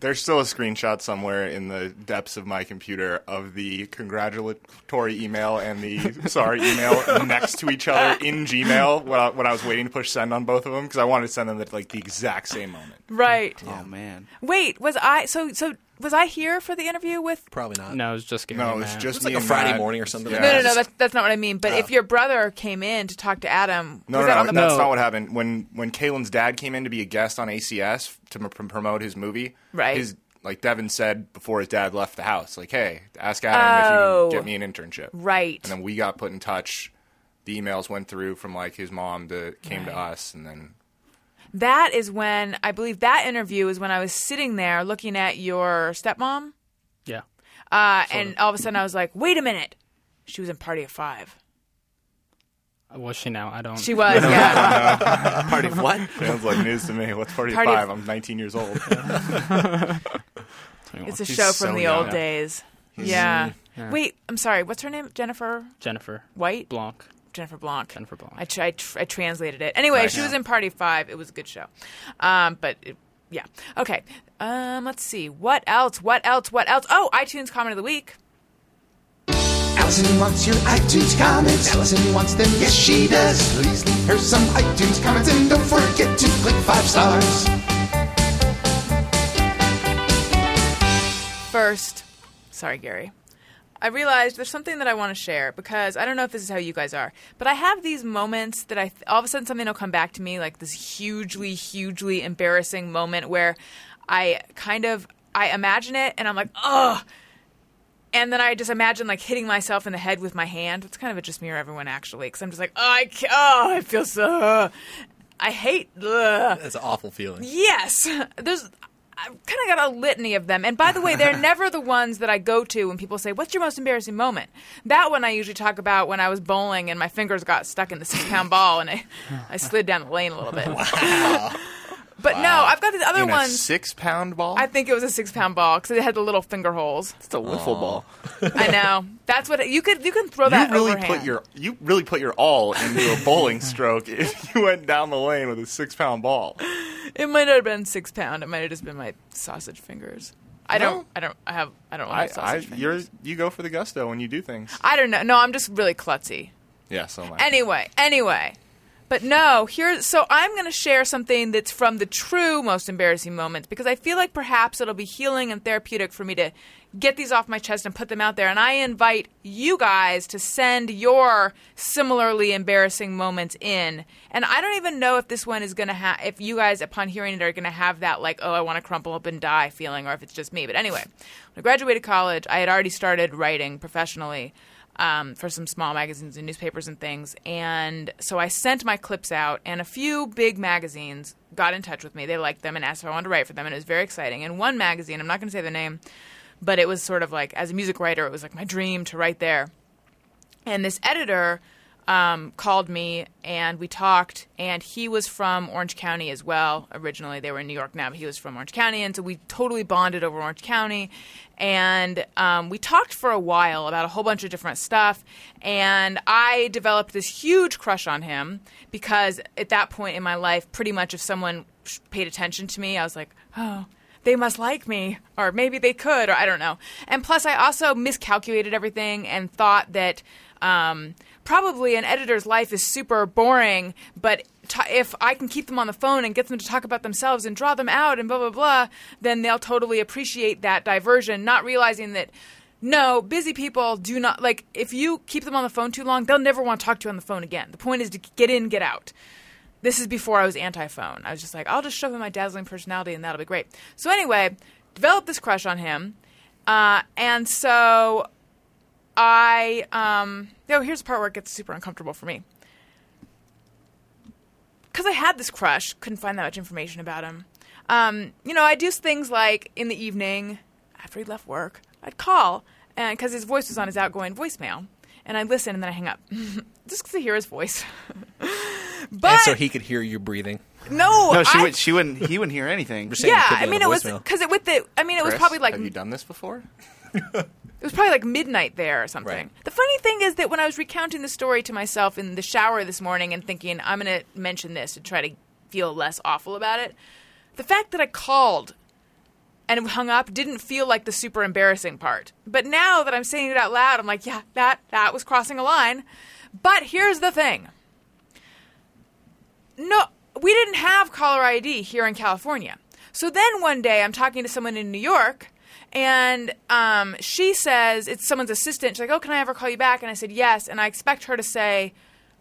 Speaker 4: there's still a screenshot somewhere in the depths of my computer of the congratulatory email and the sorry email next to each other in Gmail when I, when I was waiting to push send on both of them because I wanted to send them at like the exact same moment.
Speaker 2: Right.
Speaker 6: oh man.
Speaker 2: Wait, was I so so was I here for the interview with?
Speaker 8: Probably not.
Speaker 5: No, it was just Gary.
Speaker 4: No,
Speaker 5: and
Speaker 4: it's
Speaker 5: Matt.
Speaker 4: just
Speaker 8: It's like
Speaker 4: me
Speaker 8: a
Speaker 4: and
Speaker 8: Friday
Speaker 4: Matt.
Speaker 8: morning or something.
Speaker 4: Yeah.
Speaker 2: No, no, no.
Speaker 8: Yes.
Speaker 2: That's that's not what I mean. But if your brother came in to talk to Adam,
Speaker 4: No,
Speaker 2: was
Speaker 4: no,
Speaker 2: that
Speaker 4: no,
Speaker 2: on the
Speaker 4: that's
Speaker 5: No.
Speaker 4: not what happened. When when Kalen's dad came in to be a guest on ACS to m- pr- promote his movie,
Speaker 2: Right.
Speaker 4: His like Devin said before his dad left the house, like, hey, ask Adam
Speaker 2: Oh.
Speaker 4: if you can get me an internship,
Speaker 2: right?
Speaker 4: And then we got put in touch. The emails went through from like his mom to came to us, and then
Speaker 2: That is when I believe that interview is when I was sitting there looking at your stepmom,
Speaker 5: yeah.
Speaker 2: uh, and all of a sudden I was like, "Wait a minute, she was in Party of Five.
Speaker 5: Was she now? I don't.
Speaker 2: She was, yeah.
Speaker 8: Party of what?
Speaker 4: sounds like news to me. What's party,
Speaker 2: Party
Speaker 4: at
Speaker 2: of-
Speaker 4: five? I'm 19 years old.
Speaker 2: It's a
Speaker 8: She's
Speaker 2: show from
Speaker 8: so
Speaker 2: the
Speaker 8: young.
Speaker 2: old days. Yeah. Wait, I'm sorry. What's her name? Jennifer
Speaker 5: Jennifer
Speaker 2: White.
Speaker 5: Blanc.
Speaker 2: Jennifer Blanc.
Speaker 5: Jennifer Blanc.
Speaker 2: I, tr- I, tr- I translated it. Anyway, she was in Party Five. It was a good show. Um, but it, yeah. Okay. Um, let's see. What else? What else? What else? Oh, iTunes comment of the week.
Speaker 3: Out
Speaker 7: Allison wants your iTunes comments. Allison wants them, yes, she does. Please leave her some iTunes comments and don't forget to click five stars.
Speaker 2: First, sorry, Gary. I realized there's something that I want to share because I don't know if this is how you guys are, but I have these moments that I th- all of a sudden something will come back to me, like this hugely, hugely embarrassing moment where I kind of I imagine it and I'm like, ugh. And then I just imagine like hitting myself in the head with my hand. It's kind of a just me or everyone actually, because I'm just like, oh, I, ca- oh, I feel so. I hate. Ugh.
Speaker 8: That's an awful feeling.
Speaker 2: Yes, there's. I've kind of got a litany of them. And by the way, they're never the ones that I go to when people say, "What's your most embarrassing moment?" That one I usually talk about when I was bowling and my fingers got stuck in the six-pound ball and I, I slid down the lane a little bit. but no, I've got these other
Speaker 4: In a
Speaker 2: ones.
Speaker 4: six pound ball?
Speaker 2: I think it was a six-pound ball because it had the little finger holes.
Speaker 6: It's a wiffle ball.
Speaker 2: I know. That's what it, you could you can throw
Speaker 4: you
Speaker 2: that
Speaker 4: really
Speaker 2: overhand.
Speaker 4: put your you really put your all into a bowling stroke if you went down the lane with a six pound ball.
Speaker 2: It might not have been six pound. It might have just been my sausage fingers. I don't. I don't. I have. I don't
Speaker 4: I,
Speaker 2: like
Speaker 4: I
Speaker 2: sausage
Speaker 4: you're
Speaker 2: fingers.
Speaker 4: you go for the gusto when you do things.
Speaker 2: I don't know. No, I'm just really klutzy.
Speaker 4: Yeah, so am I.
Speaker 2: Anyway, anyway. But no, here so I'm going to share something that's from the true most embarrassing moments because I feel like perhaps it'll be healing and therapeutic for me to get these off my chest and put them out there and I invite you guys to send your similarly embarrassing moments in. And I don't even know if this one is going to have if you guys upon hearing it are going to have that like oh I want to crumple up and die feeling or if it's just me. But anyway, when I graduated college, I had already started writing professionally um, for some small magazines and newspapers and things. And so I sent my clips out, and a few big magazines got in touch with me. They liked them and asked if I wanted to write for them, and it was very exciting. And one magazine, I'm not going to say the name, but it was sort of like, as a music writer, it was like my dream to write there. And this editor um, called me and we talked, and he was from Orange County as well. Originally, they were in New York now, but he was from Orange County. And so we totally bonded over Orange County. And um, we talked for a while about a whole bunch of different stuff. And I developed this huge crush on him because at that point in my life, pretty much if someone sh- paid attention to me, I was like, oh, they must like me, or maybe they could, or I don't know. And plus, I also miscalculated everything and thought that um, probably an editor's life is super boring, but t- if I can keep them on the phone and get them to talk about themselves and draw them out and blah, blah, blah, then they'll totally appreciate that diversion, not realizing that. No, busy people do not like if you keep them on the phone too long, they'll never want to talk to you on the phone again. The point is to get in, get out this is before I was anti phone. I was just like, I'll just show him my dazzling personality and that'll be great. So, anyway, developed this crush on him. Uh, and so I, um, oh, here's the part where it gets super uncomfortable for me. Because I had this crush, couldn't find that much information about him. Um, you know, I do things like in the evening, after he left work, I'd call because his voice was on his outgoing voicemail. And I'd listen and then I hang up just because I hear his voice. but
Speaker 8: and so he could hear you breathing.
Speaker 2: no,
Speaker 6: No, she
Speaker 2: I-
Speaker 6: would. She wouldn't. He wouldn't hear anything.
Speaker 8: Saying it
Speaker 2: Yeah,
Speaker 8: could be
Speaker 2: I
Speaker 8: on
Speaker 2: mean
Speaker 8: the
Speaker 2: it was
Speaker 8: voicemail.
Speaker 2: because it with the. I mean it was
Speaker 4: Chris,
Speaker 2: probably like
Speaker 4: Have you done this before?
Speaker 2: it was probably like midnight there or something. The funny thing is that when I was recounting the story to myself in the shower this morning and thinking I'm going to mention this to try to feel less awful about it, the fact that I called and hung up didn't feel like the super embarrassing part. But now that I'm saying it out loud, I'm like, yeah, that that was crossing a line. But here's the thing. No, we didn't have caller ID here in California. So then one day I'm talking to someone in New York and um, she says it's someone's assistant. She's like, "Oh, can I ever call you back?" And I said, "Yes." And I expect her to say,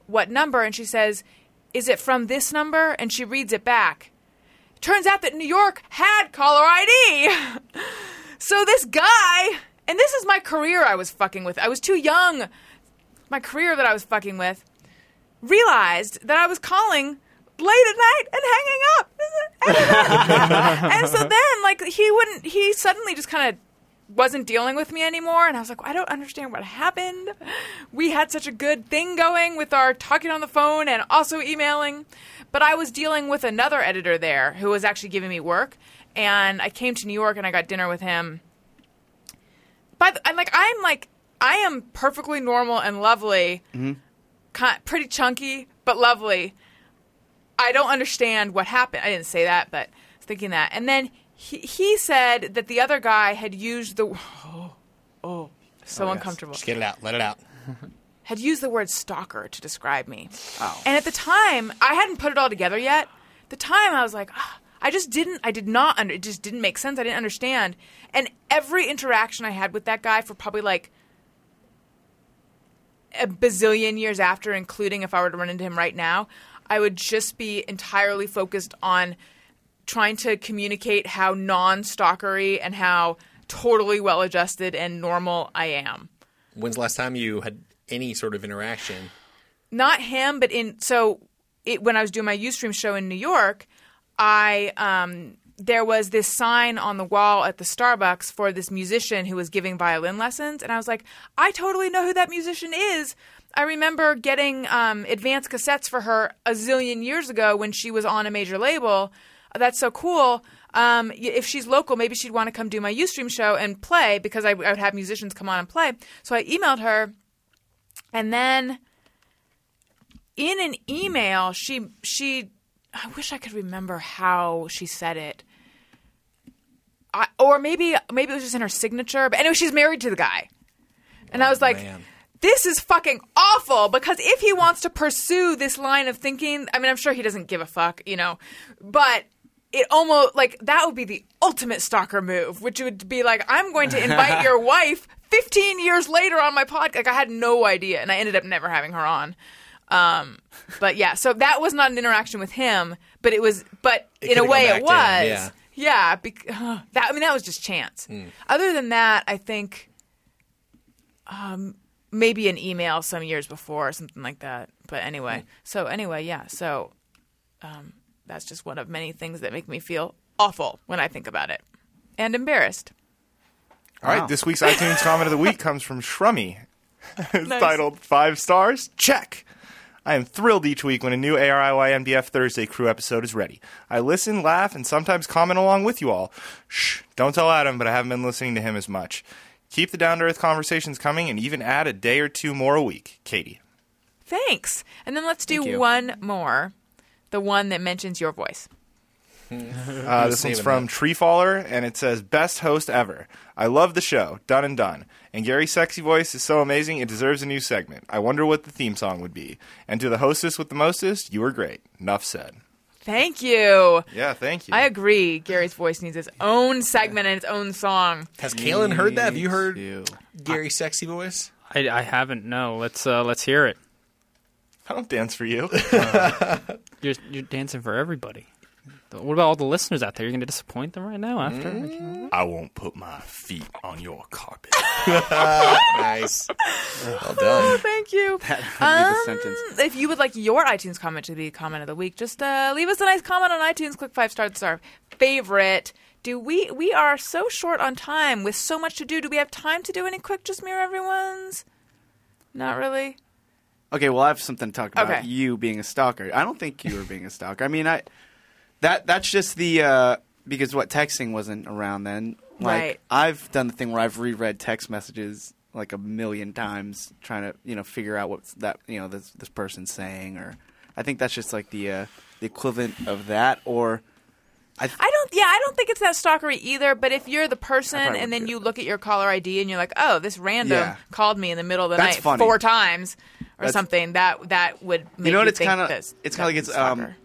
Speaker 2: "What number?" And she says, "Is it from this number?" And she reads it back. Turns out that New York had caller ID. so this guy, and this is my career I was fucking with. I was too young. My career that I was fucking with realized that I was calling late at night and hanging up. and so then, like, he wouldn't, he suddenly just kind of wasn't dealing with me anymore. And I was like, I don't understand what happened. We had such a good thing going with our talking on the phone and also emailing. But I was dealing with another editor there who was actually giving me work. And I came to New York and I got dinner with him by the, and like I'm like I am perfectly normal and lovely, ki- pretty chunky but lovely. I don't understand what happened. I didn't say that, but I was thinking that. And then he, he said that the other guy had used the oh, oh So uncomfortable.
Speaker 8: Just get it out. Let it out.
Speaker 2: had used the word stalker to describe me. And at the time, I hadn't put it all together yet. The time I was like, ah, I just didn't, I did not, under, it just didn't make sense. I didn't understand. And every interaction I had with that guy for probably like a bazillion years after, including if I were to run into him right now, I would just be entirely focused on trying to communicate how non stalkery and how totally well adjusted and normal I am.
Speaker 8: When's the last time you had any sort of interaction?
Speaker 2: not him, but in so it, when I was doing my UStream show in New York, I um, there was this sign on the wall at the Starbucks for this musician who was giving violin lessons, and I was like, I totally know who that musician is. I remember getting um, advanced cassettes for her a zillion years ago when she was on a major label. That's so cool. Um, y- if she's local, maybe she'd want to come do my UStream show and play because I, I would have musicians come on and play. So I emailed her, and then in an email she she i wish i could remember how she said it I, or maybe maybe it was just in her signature but anyway she's married to the guy and i was like
Speaker 8: man.
Speaker 2: this is fucking awful because if he wants to pursue this line of thinking i mean i'm sure he doesn't give a fuck you know but it almost like that would be the ultimate stalker move which would be like i'm going to invite your wife 15 years later on my podcast like i had no idea and i ended up never having her on um, but yeah, so that was not an interaction with him, but it was, but in a
Speaker 8: could've
Speaker 2: way
Speaker 8: gone
Speaker 2: it was.
Speaker 8: back to him,
Speaker 2: yeah. bec- that I mean that was just chance.
Speaker 8: Hmm.
Speaker 2: Other than that, I think um, maybe an email some years before or something like that. But
Speaker 8: Hmm.
Speaker 2: anyway, so anyway, yeah. So um, that's just one of many things that make me feel awful when I think about it and embarrassed.
Speaker 4: All right, this week's iTunes comment of the week comes from Shrummy. it's titled Five Stars? Check. I am thrilled each week when a new ARIYMDF Thursday crew episode is ready. I listen, laugh, and sometimes comment along with you all. Shh, don't tell Adam, but I haven't been listening to him as much. Keep the down to earth conversations coming and even add a day or two more a week. Katie.
Speaker 2: Thanks. And then let's do one more, the one that mentions your voice.
Speaker 4: Uh, this one's from Treefaller, and it says, Best host ever. I love the show. Done and done. And Gary's sexy voice is so amazing, it deserves a new segment. I wonder what the theme song would be. And to the hostess with the mostest, you were great. Enough said.
Speaker 2: Thank you.
Speaker 4: Yeah, thank you.
Speaker 2: I agree. Gary's voice needs its own segment and its own song.
Speaker 8: Has Kalen heard that? Have you heard
Speaker 6: You.
Speaker 8: Gary's sexy voice?
Speaker 5: I, I haven't. No, let's uh, let's hear it.
Speaker 4: I don't dance for you.
Speaker 5: You're you're dancing for everybody. What about all the listeners out there? You're going to disappoint them right now. After
Speaker 4: Mm. I won't put my feet on your carpet.
Speaker 8: Nice. well done.
Speaker 2: Thank you. Um,
Speaker 6: That would be the sentence.
Speaker 2: If you would like your iTunes comment to be comment of the week, just uh, leave us a nice comment on iTunes. Click five stars. It's our favorite. Do we? We are so short on time with so much to do. Do we have time to do any quick? Just mirror everyone's. Not really.
Speaker 6: Okay, well, I have something to talk about.
Speaker 2: Okay.
Speaker 6: You being a stalker. I don't think you were being a stalker. I mean, I that that's just the uh, because what texting wasn't around then. Like
Speaker 2: Right.
Speaker 6: I've done the thing where I've reread text messages like a million times, trying to you know figure out what that you know this this person's saying. Or I think that's just like the uh, the equivalent of that. Or
Speaker 2: I don't. Yeah, I don't think it's that stalkery either. But if you're the person
Speaker 6: probably
Speaker 2: and then
Speaker 6: wouldn't do
Speaker 2: you look at your caller ID and you're like, "Oh, this random
Speaker 6: Yeah.
Speaker 2: called me in the middle of the
Speaker 6: That's
Speaker 2: night
Speaker 6: funny.
Speaker 2: four times or
Speaker 6: That's-
Speaker 2: something," that that would make
Speaker 6: you know what? It's
Speaker 2: think
Speaker 6: kind of
Speaker 2: this-
Speaker 6: it's kind of like it's um
Speaker 2: stalker.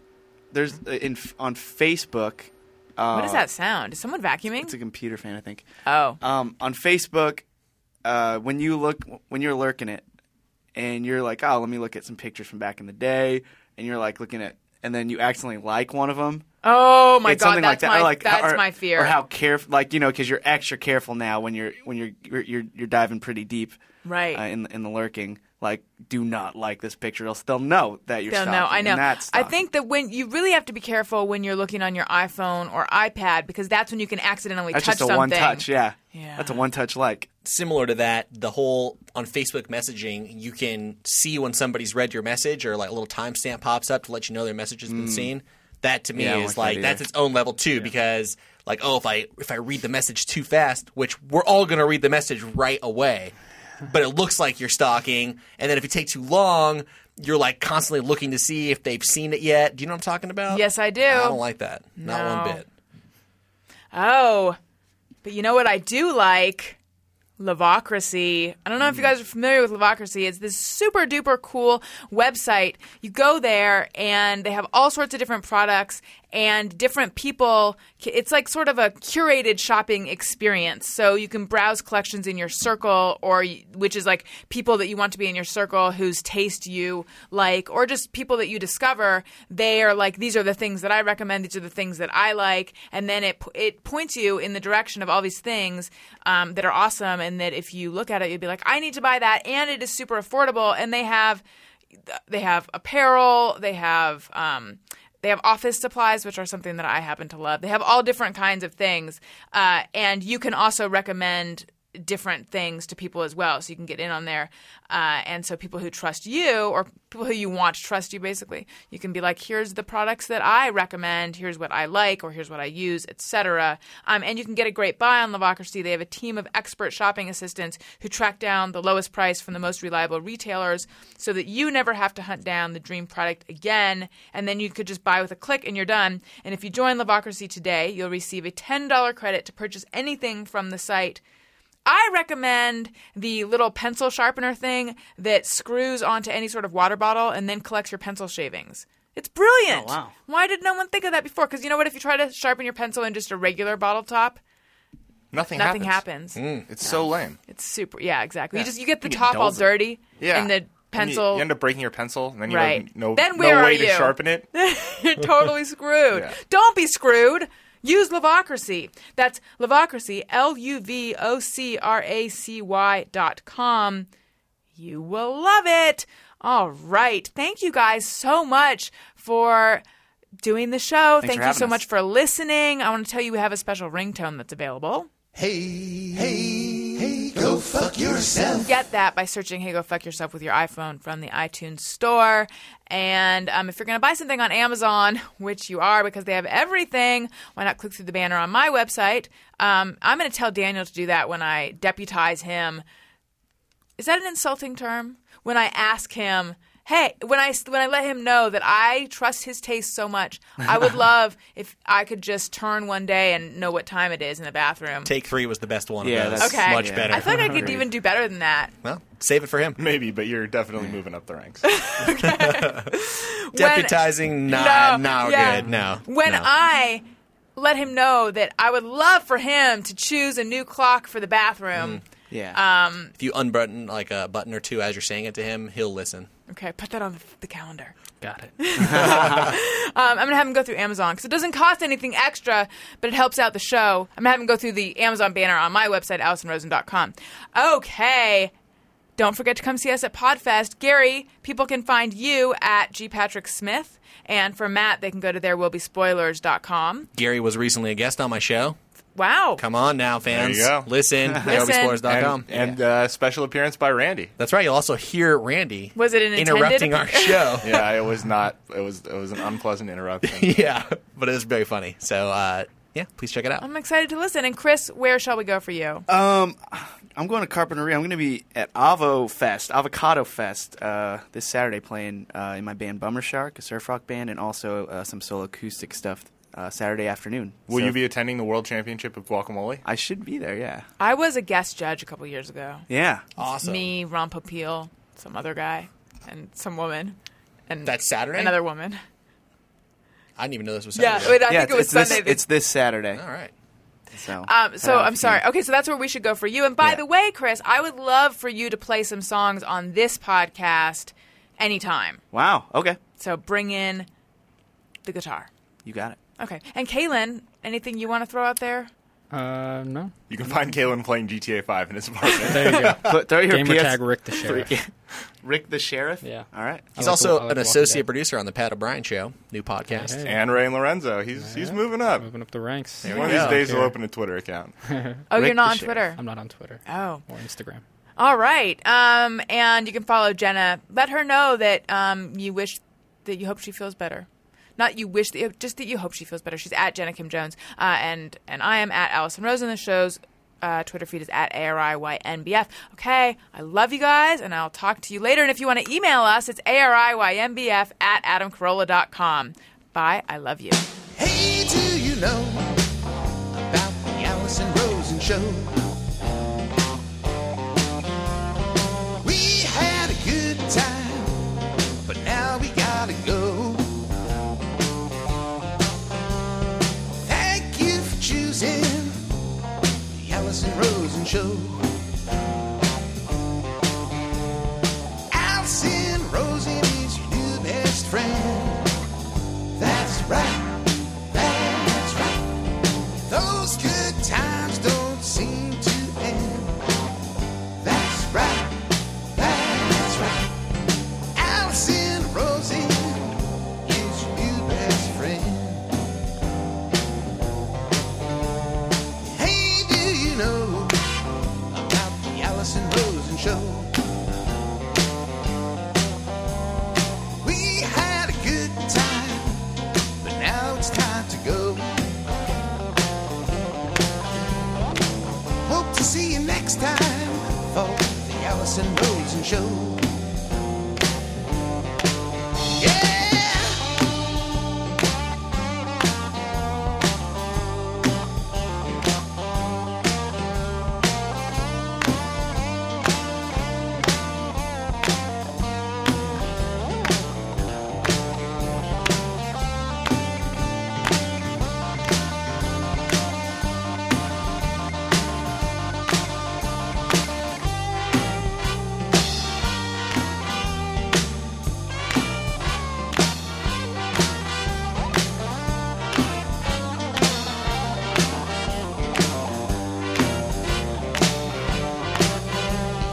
Speaker 6: there's uh, in on Facebook. Uh,
Speaker 2: what is that sound? Is someone vacuuming?
Speaker 6: It's a computer fan, I think.
Speaker 2: oh,
Speaker 6: um, on Facebook, uh, when you look when you're lurking it, and you're like, oh, let me look at some pictures from back in the day, and you're like looking at, and then you accidentally like one of them.
Speaker 2: oh my
Speaker 6: it's
Speaker 2: god,
Speaker 6: something
Speaker 2: that's
Speaker 6: like that.
Speaker 2: my
Speaker 6: or like,
Speaker 2: that's
Speaker 6: or-
Speaker 2: my fear.
Speaker 6: Or how careful, like you know, because you're extra careful now when you're when you're you're you're, you're diving pretty deep,
Speaker 2: Right.
Speaker 6: Uh, in in the lurking, like do not like this picture, else they'll know that you're.
Speaker 2: No,
Speaker 6: stalking,
Speaker 2: no, I
Speaker 6: and
Speaker 2: know.
Speaker 6: that's
Speaker 2: I
Speaker 6: stalking.
Speaker 2: think that when you really have to be careful when you're looking on your iPhone or iPad because that's when you can accidentally
Speaker 6: that's
Speaker 2: touch
Speaker 6: just a
Speaker 2: something.
Speaker 6: one touch. Yeah.
Speaker 2: Yeah.
Speaker 6: that's a one touch like.
Speaker 8: Similar to that, the whole on Facebook messaging, you can see when somebody's read your message or like a little timestamp pops up to let you know their message has been seen. That to me
Speaker 6: Mm. Yeah, I don't like
Speaker 8: is like
Speaker 6: that
Speaker 8: that's
Speaker 6: either.
Speaker 8: its own level too because like oh if I if I read the message too fast, which we're all going to read the message right away. But it looks like you're stalking, and then if you take too long, you're like constantly looking to see if they've seen it yet. Do you know what I'm talking about?
Speaker 2: Yes, I do.
Speaker 8: I don't like that. Not
Speaker 2: No.
Speaker 8: one bit.
Speaker 2: Oh, but you know what I do like? Levocracy. I don't know if you guys are familiar with Levocracy. It's this super duper cool website. You go there and they have all sorts of different products and different people. It's like sort of a curated shopping experience. So you can browse collections in your circle or y- which is like people that you want to be in your circle whose taste you like or just people that you discover. They are like these are the things that I recommend. These are the things that I like and then it it points you in the direction of all these things um, that are awesome, and that if you look at it, you'd be like, I need to buy that, and it is super affordable, and they have they have apparel, they have um, they have office supplies, which are something that I happen to love. They have all different kinds of things, uh, and you can also recommend different things to people as well, so you can get in on there. Uh, and so people who trust you or people who you want to trust you, basically, you can be like, here's the products that I recommend, here's what I like, or here's what I use, etc. Um, and you can get a great buy on Levocracy. They have a team of expert shopping assistants who track down the lowest price from the most reliable retailers, so that you never have to hunt down the dream product again. And then you could just buy with a click and you're done. And if you join Levocracy today, you'll receive a ten dollar credit to purchase anything from the site. I recommend the little pencil sharpener thing that screws onto any sort of water bottle and then collects your pencil shavings. It's brilliant.
Speaker 5: Oh, wow.
Speaker 2: Why did no one think of that before? Because you know what? If you try to sharpen your pencil in just a regular bottle top,
Speaker 4: Nothing,
Speaker 2: Nothing
Speaker 4: happens. Mm,
Speaker 2: happens.
Speaker 4: It's so lame.
Speaker 2: it's super. Yeah, exactly. You
Speaker 4: Yeah.
Speaker 2: just you get the
Speaker 8: You get
Speaker 2: top all
Speaker 8: dulls it.
Speaker 2: dirty and
Speaker 4: Yeah. And
Speaker 2: the
Speaker 4: you-
Speaker 2: pencil.
Speaker 4: You, end up breaking your pencil, and then you
Speaker 2: Right.
Speaker 4: have no,
Speaker 2: Then
Speaker 4: no
Speaker 2: where are
Speaker 4: way
Speaker 2: you?
Speaker 4: to sharpen it.
Speaker 2: You're totally screwed.
Speaker 4: Yeah.
Speaker 2: Don't be screwed. Use Levocracy. That's Levocracy, L U V O C R A C Y dot com. You will love it. All right. Thank you guys so much for doing the show. Thank
Speaker 4: for
Speaker 2: you
Speaker 4: having
Speaker 2: so
Speaker 4: us.
Speaker 2: much for listening. I want to tell you we have a special ringtone that's available.
Speaker 7: Go fuck yourself.
Speaker 2: Get that by searching Hey Go Fuck Yourself with your iPhone from the iTunes store. And um, if you're going to buy something on Amazon, which you are because they have everything, why not click through the banner on my website? Um, I'm going to tell Daniel to do that when I deputize him. Is that an insulting term? When I ask him, hey, when I, when I let him know that I trust his taste so much, I would love if I could just turn one day and know what time it is in the bathroom.
Speaker 8: Take three was the best one.
Speaker 6: Yeah,
Speaker 8: of those.
Speaker 6: that's-
Speaker 2: okay.
Speaker 8: much better.
Speaker 2: I feel like I could even do better than that.
Speaker 8: well, save it for him.
Speaker 4: Maybe, but you're definitely moving up the ranks.
Speaker 8: Deputizing, nah,
Speaker 2: No,
Speaker 8: nah,
Speaker 2: yeah.
Speaker 8: good, no.
Speaker 2: when
Speaker 8: no.
Speaker 2: I let him know that I would love for him to choose a new clock for the bathroom.
Speaker 8: Mm.
Speaker 6: Yeah.
Speaker 8: if you unbutton like a button or two as you're saying it to him, he'll listen.
Speaker 2: Okay, put that on the, the calendar.
Speaker 5: Got it.
Speaker 2: Um, I'm gonna have him go through Amazon because it doesn't cost anything extra, but it helps out the show. I'm gonna have him go through the Amazon banner on my website, AllisonRosen.com. Okay. Don't forget to come see us at Podfest. Gary, people can find you at G. Patrick Smith. And for Matt, they can go to therewillbespoilers.com.
Speaker 8: Gary was recently a guest on my show.
Speaker 2: Wow.
Speaker 8: Come on now, fans.
Speaker 4: There you go.
Speaker 8: Listen,
Speaker 4: and
Speaker 8: listen.
Speaker 4: and uh, special appearance by Randy.
Speaker 8: That's right. You'll also hear Randy
Speaker 2: Was it an intended
Speaker 8: interrupting our show.
Speaker 4: Yeah, it was not. It was it was an unpleasant interruption.
Speaker 8: yeah, but it was very funny. So, uh, yeah, please check it out.
Speaker 2: I'm excited to listen. And Chris, where shall we go for you?
Speaker 6: I'm going to Carpinteria. I'm going to be at Avo Fest, Avocado Fest, uh, this Saturday, playing uh, in my band Bummer Shark, a surf rock band, and also uh, some solo acoustic stuff uh, Saturday afternoon.
Speaker 4: Will
Speaker 6: So
Speaker 4: you be attending the World Championship of Guacamole?
Speaker 6: I should be there. Yeah.
Speaker 2: I was a guest judge a couple years ago.
Speaker 6: Yeah.
Speaker 8: Awesome.
Speaker 2: Me, Ron Popeil, some other guy, and some woman, and
Speaker 8: That's Saturday?
Speaker 2: Another woman.
Speaker 8: I didn't even know this was
Speaker 2: Yeah,
Speaker 8: Saturday.
Speaker 2: wait, I
Speaker 6: yeah,
Speaker 2: think it was
Speaker 6: it's,
Speaker 2: Sunday.
Speaker 6: This, it's this Saturday.
Speaker 8: All right.
Speaker 6: So,
Speaker 2: um, so
Speaker 6: Uh,
Speaker 2: I'm sorry.
Speaker 6: yeah.
Speaker 2: Okay, so that's where we should go for you. And by
Speaker 6: Yeah.
Speaker 2: the way, Chris, I would love for you to play some songs on this podcast anytime.
Speaker 6: Wow. Okay.
Speaker 2: So bring in the guitar.
Speaker 6: You got it.
Speaker 2: Okay. And Kaylin, anything you want to throw out there?
Speaker 5: Uh, no.
Speaker 4: You can find Kalen playing GTA 5 in his apartment.
Speaker 5: There you go.
Speaker 6: Put, throw your
Speaker 5: Gamer
Speaker 6: PS
Speaker 5: tag Rick the Sheriff.
Speaker 6: Rick the Sheriff.
Speaker 5: Yeah.
Speaker 6: All right.
Speaker 8: He's
Speaker 5: like
Speaker 8: also
Speaker 5: Wa- I like
Speaker 8: an
Speaker 5: Walking
Speaker 8: associate
Speaker 5: Dead.
Speaker 8: producer on the Pat O'Brien Show, new podcast.
Speaker 5: Hey.
Speaker 4: and Ray and Lorenzo, he's he's moving up.
Speaker 5: Moving up the ranks.
Speaker 4: One of
Speaker 8: go.
Speaker 4: these days,
Speaker 5: Here.
Speaker 4: he'll open a Twitter account.
Speaker 2: Oh,
Speaker 6: Rick
Speaker 2: you're not
Speaker 6: the
Speaker 2: on
Speaker 6: Sheriff.
Speaker 2: Twitter.
Speaker 5: I'm not on Twitter
Speaker 2: Oh.
Speaker 5: or Instagram.
Speaker 2: All right. Um, and you can follow Jenna. Let her know that um, you wish that you hope she feels better. Not you wish that, you, just that you hope she feels better. She's at Jenna Kim Jones, uh, and and I am at Allison Rosen. The show's uh, Twitter feed is at ariynbf. Okay, I love you guys, and I'll talk to you later. And if you want to email us, it's ariynbf at adamcarolla.com. Bye. I love you.
Speaker 7: Hey, do you know about the Allison Rosen show?
Speaker 3: Allison Rosen Show.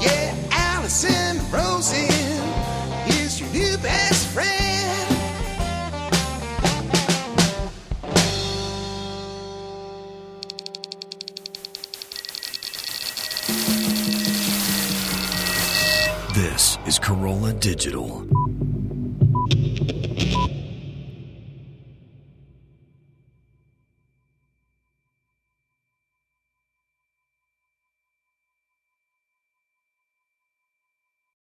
Speaker 3: Yeah, Allison Rosen is your new best friend.
Speaker 1: This is Corolla Digital.